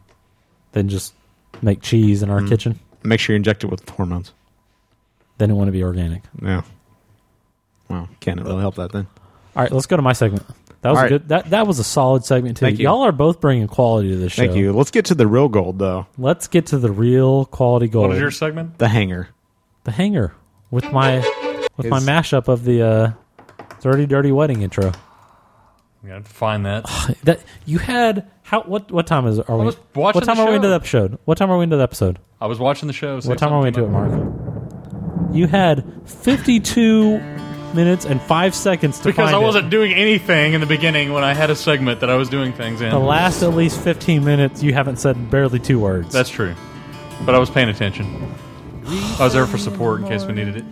Speaker 7: Then just make cheese in our
Speaker 4: Mm.
Speaker 7: kitchen.
Speaker 4: Make sure you inject it with hormones.
Speaker 7: Then it want to be organic.
Speaker 4: Yeah. Well, can't really help that then.
Speaker 7: All right, let's go to my segment. That was
Speaker 4: All
Speaker 7: a
Speaker 4: right.
Speaker 7: good. That that was a solid segment too.
Speaker 4: Thank you.
Speaker 7: all are both bringing quality to this show.
Speaker 4: Thank you. Let's get to the real gold though.
Speaker 7: Let's get to the real quality gold.
Speaker 3: What is your segment?
Speaker 4: The hanger.
Speaker 7: The hanger with my with my
Speaker 3: Is-
Speaker 7: mashup of the uh, dirty dirty wedding intro.
Speaker 3: You gotta find that.
Speaker 7: That you had how what what time is are we?
Speaker 3: was watching
Speaker 7: What time
Speaker 3: the
Speaker 7: are we
Speaker 3: show.
Speaker 7: into the episode? What time are we into the episode?
Speaker 3: I was watching the show. so
Speaker 7: what time are we
Speaker 3: something
Speaker 7: into it,
Speaker 3: came up.
Speaker 7: Mark? You had fifty two minutes and five seconds to
Speaker 3: Because
Speaker 7: find
Speaker 3: I
Speaker 7: it.
Speaker 3: wasn't doing anything in the beginning when I had a segment that I was doing things in.
Speaker 7: The last at least 15 minutes, you haven't said barely two words.
Speaker 3: That's true. But I was paying attention. I was there for support in case we needed it.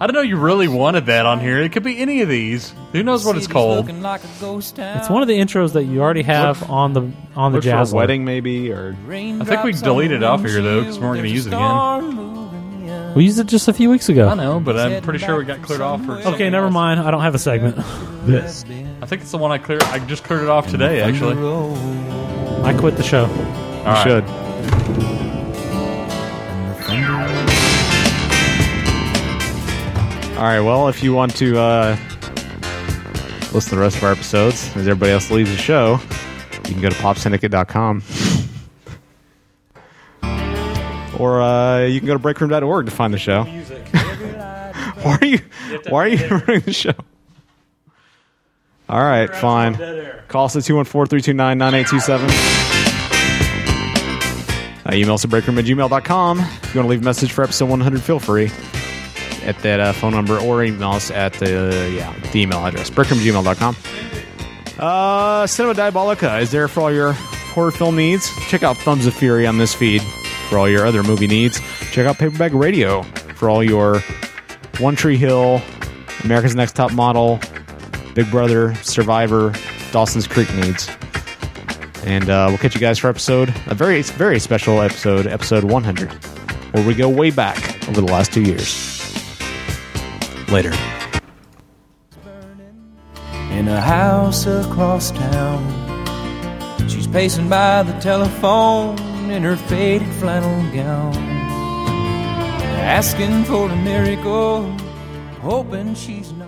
Speaker 3: I don't know you really wanted that on here. It could be any of these. Who knows what it's called?
Speaker 7: It's one of the intros that you already have on the on the
Speaker 4: Look for a
Speaker 7: jazz
Speaker 4: wedding maybe or
Speaker 3: I think we deleted it off of here though because we weren't going to use it again.
Speaker 7: We used it just a few weeks ago.
Speaker 3: I know, but I'm pretty sure we got cleared off for.
Speaker 7: Okay, never mind. I don't have a segment.
Speaker 3: This. I think it's the one I cleared. I just cleared it off today, actually.
Speaker 7: I quit the show.
Speaker 3: You right. should.
Speaker 4: All All right. Well, if you want to uh, listen to the rest of our episodes as everybody else leaves the show, you can go to popsyndicate.com. Or uh, you can go to breakroom.org to find the show. why are you? Why are you running the show? All right, fine. Call us at 214 329 9827. Uh, email us at breakroom at gmail.com. If you want to leave a message for episode 100, feel free at that uh, phone number or email us at the, yeah, the email address, breakroomgmail.com. Uh, Cinema Diabolica is there for all your horror film needs. Check out Thumbs of Fury on this feed for all your other movie needs. Check out Paperback Radio for all your One Tree Hill, America's Next Top Model, Big Brother, Survivor, Dawson's Creek needs. And uh, we'll catch you guys for episode, a very, very special episode, episode 100, where we go way back over the last two years. Later.
Speaker 8: in a house across town. She's pacing by the telephone in her faded flannel gown, asking for a miracle, hoping she's not.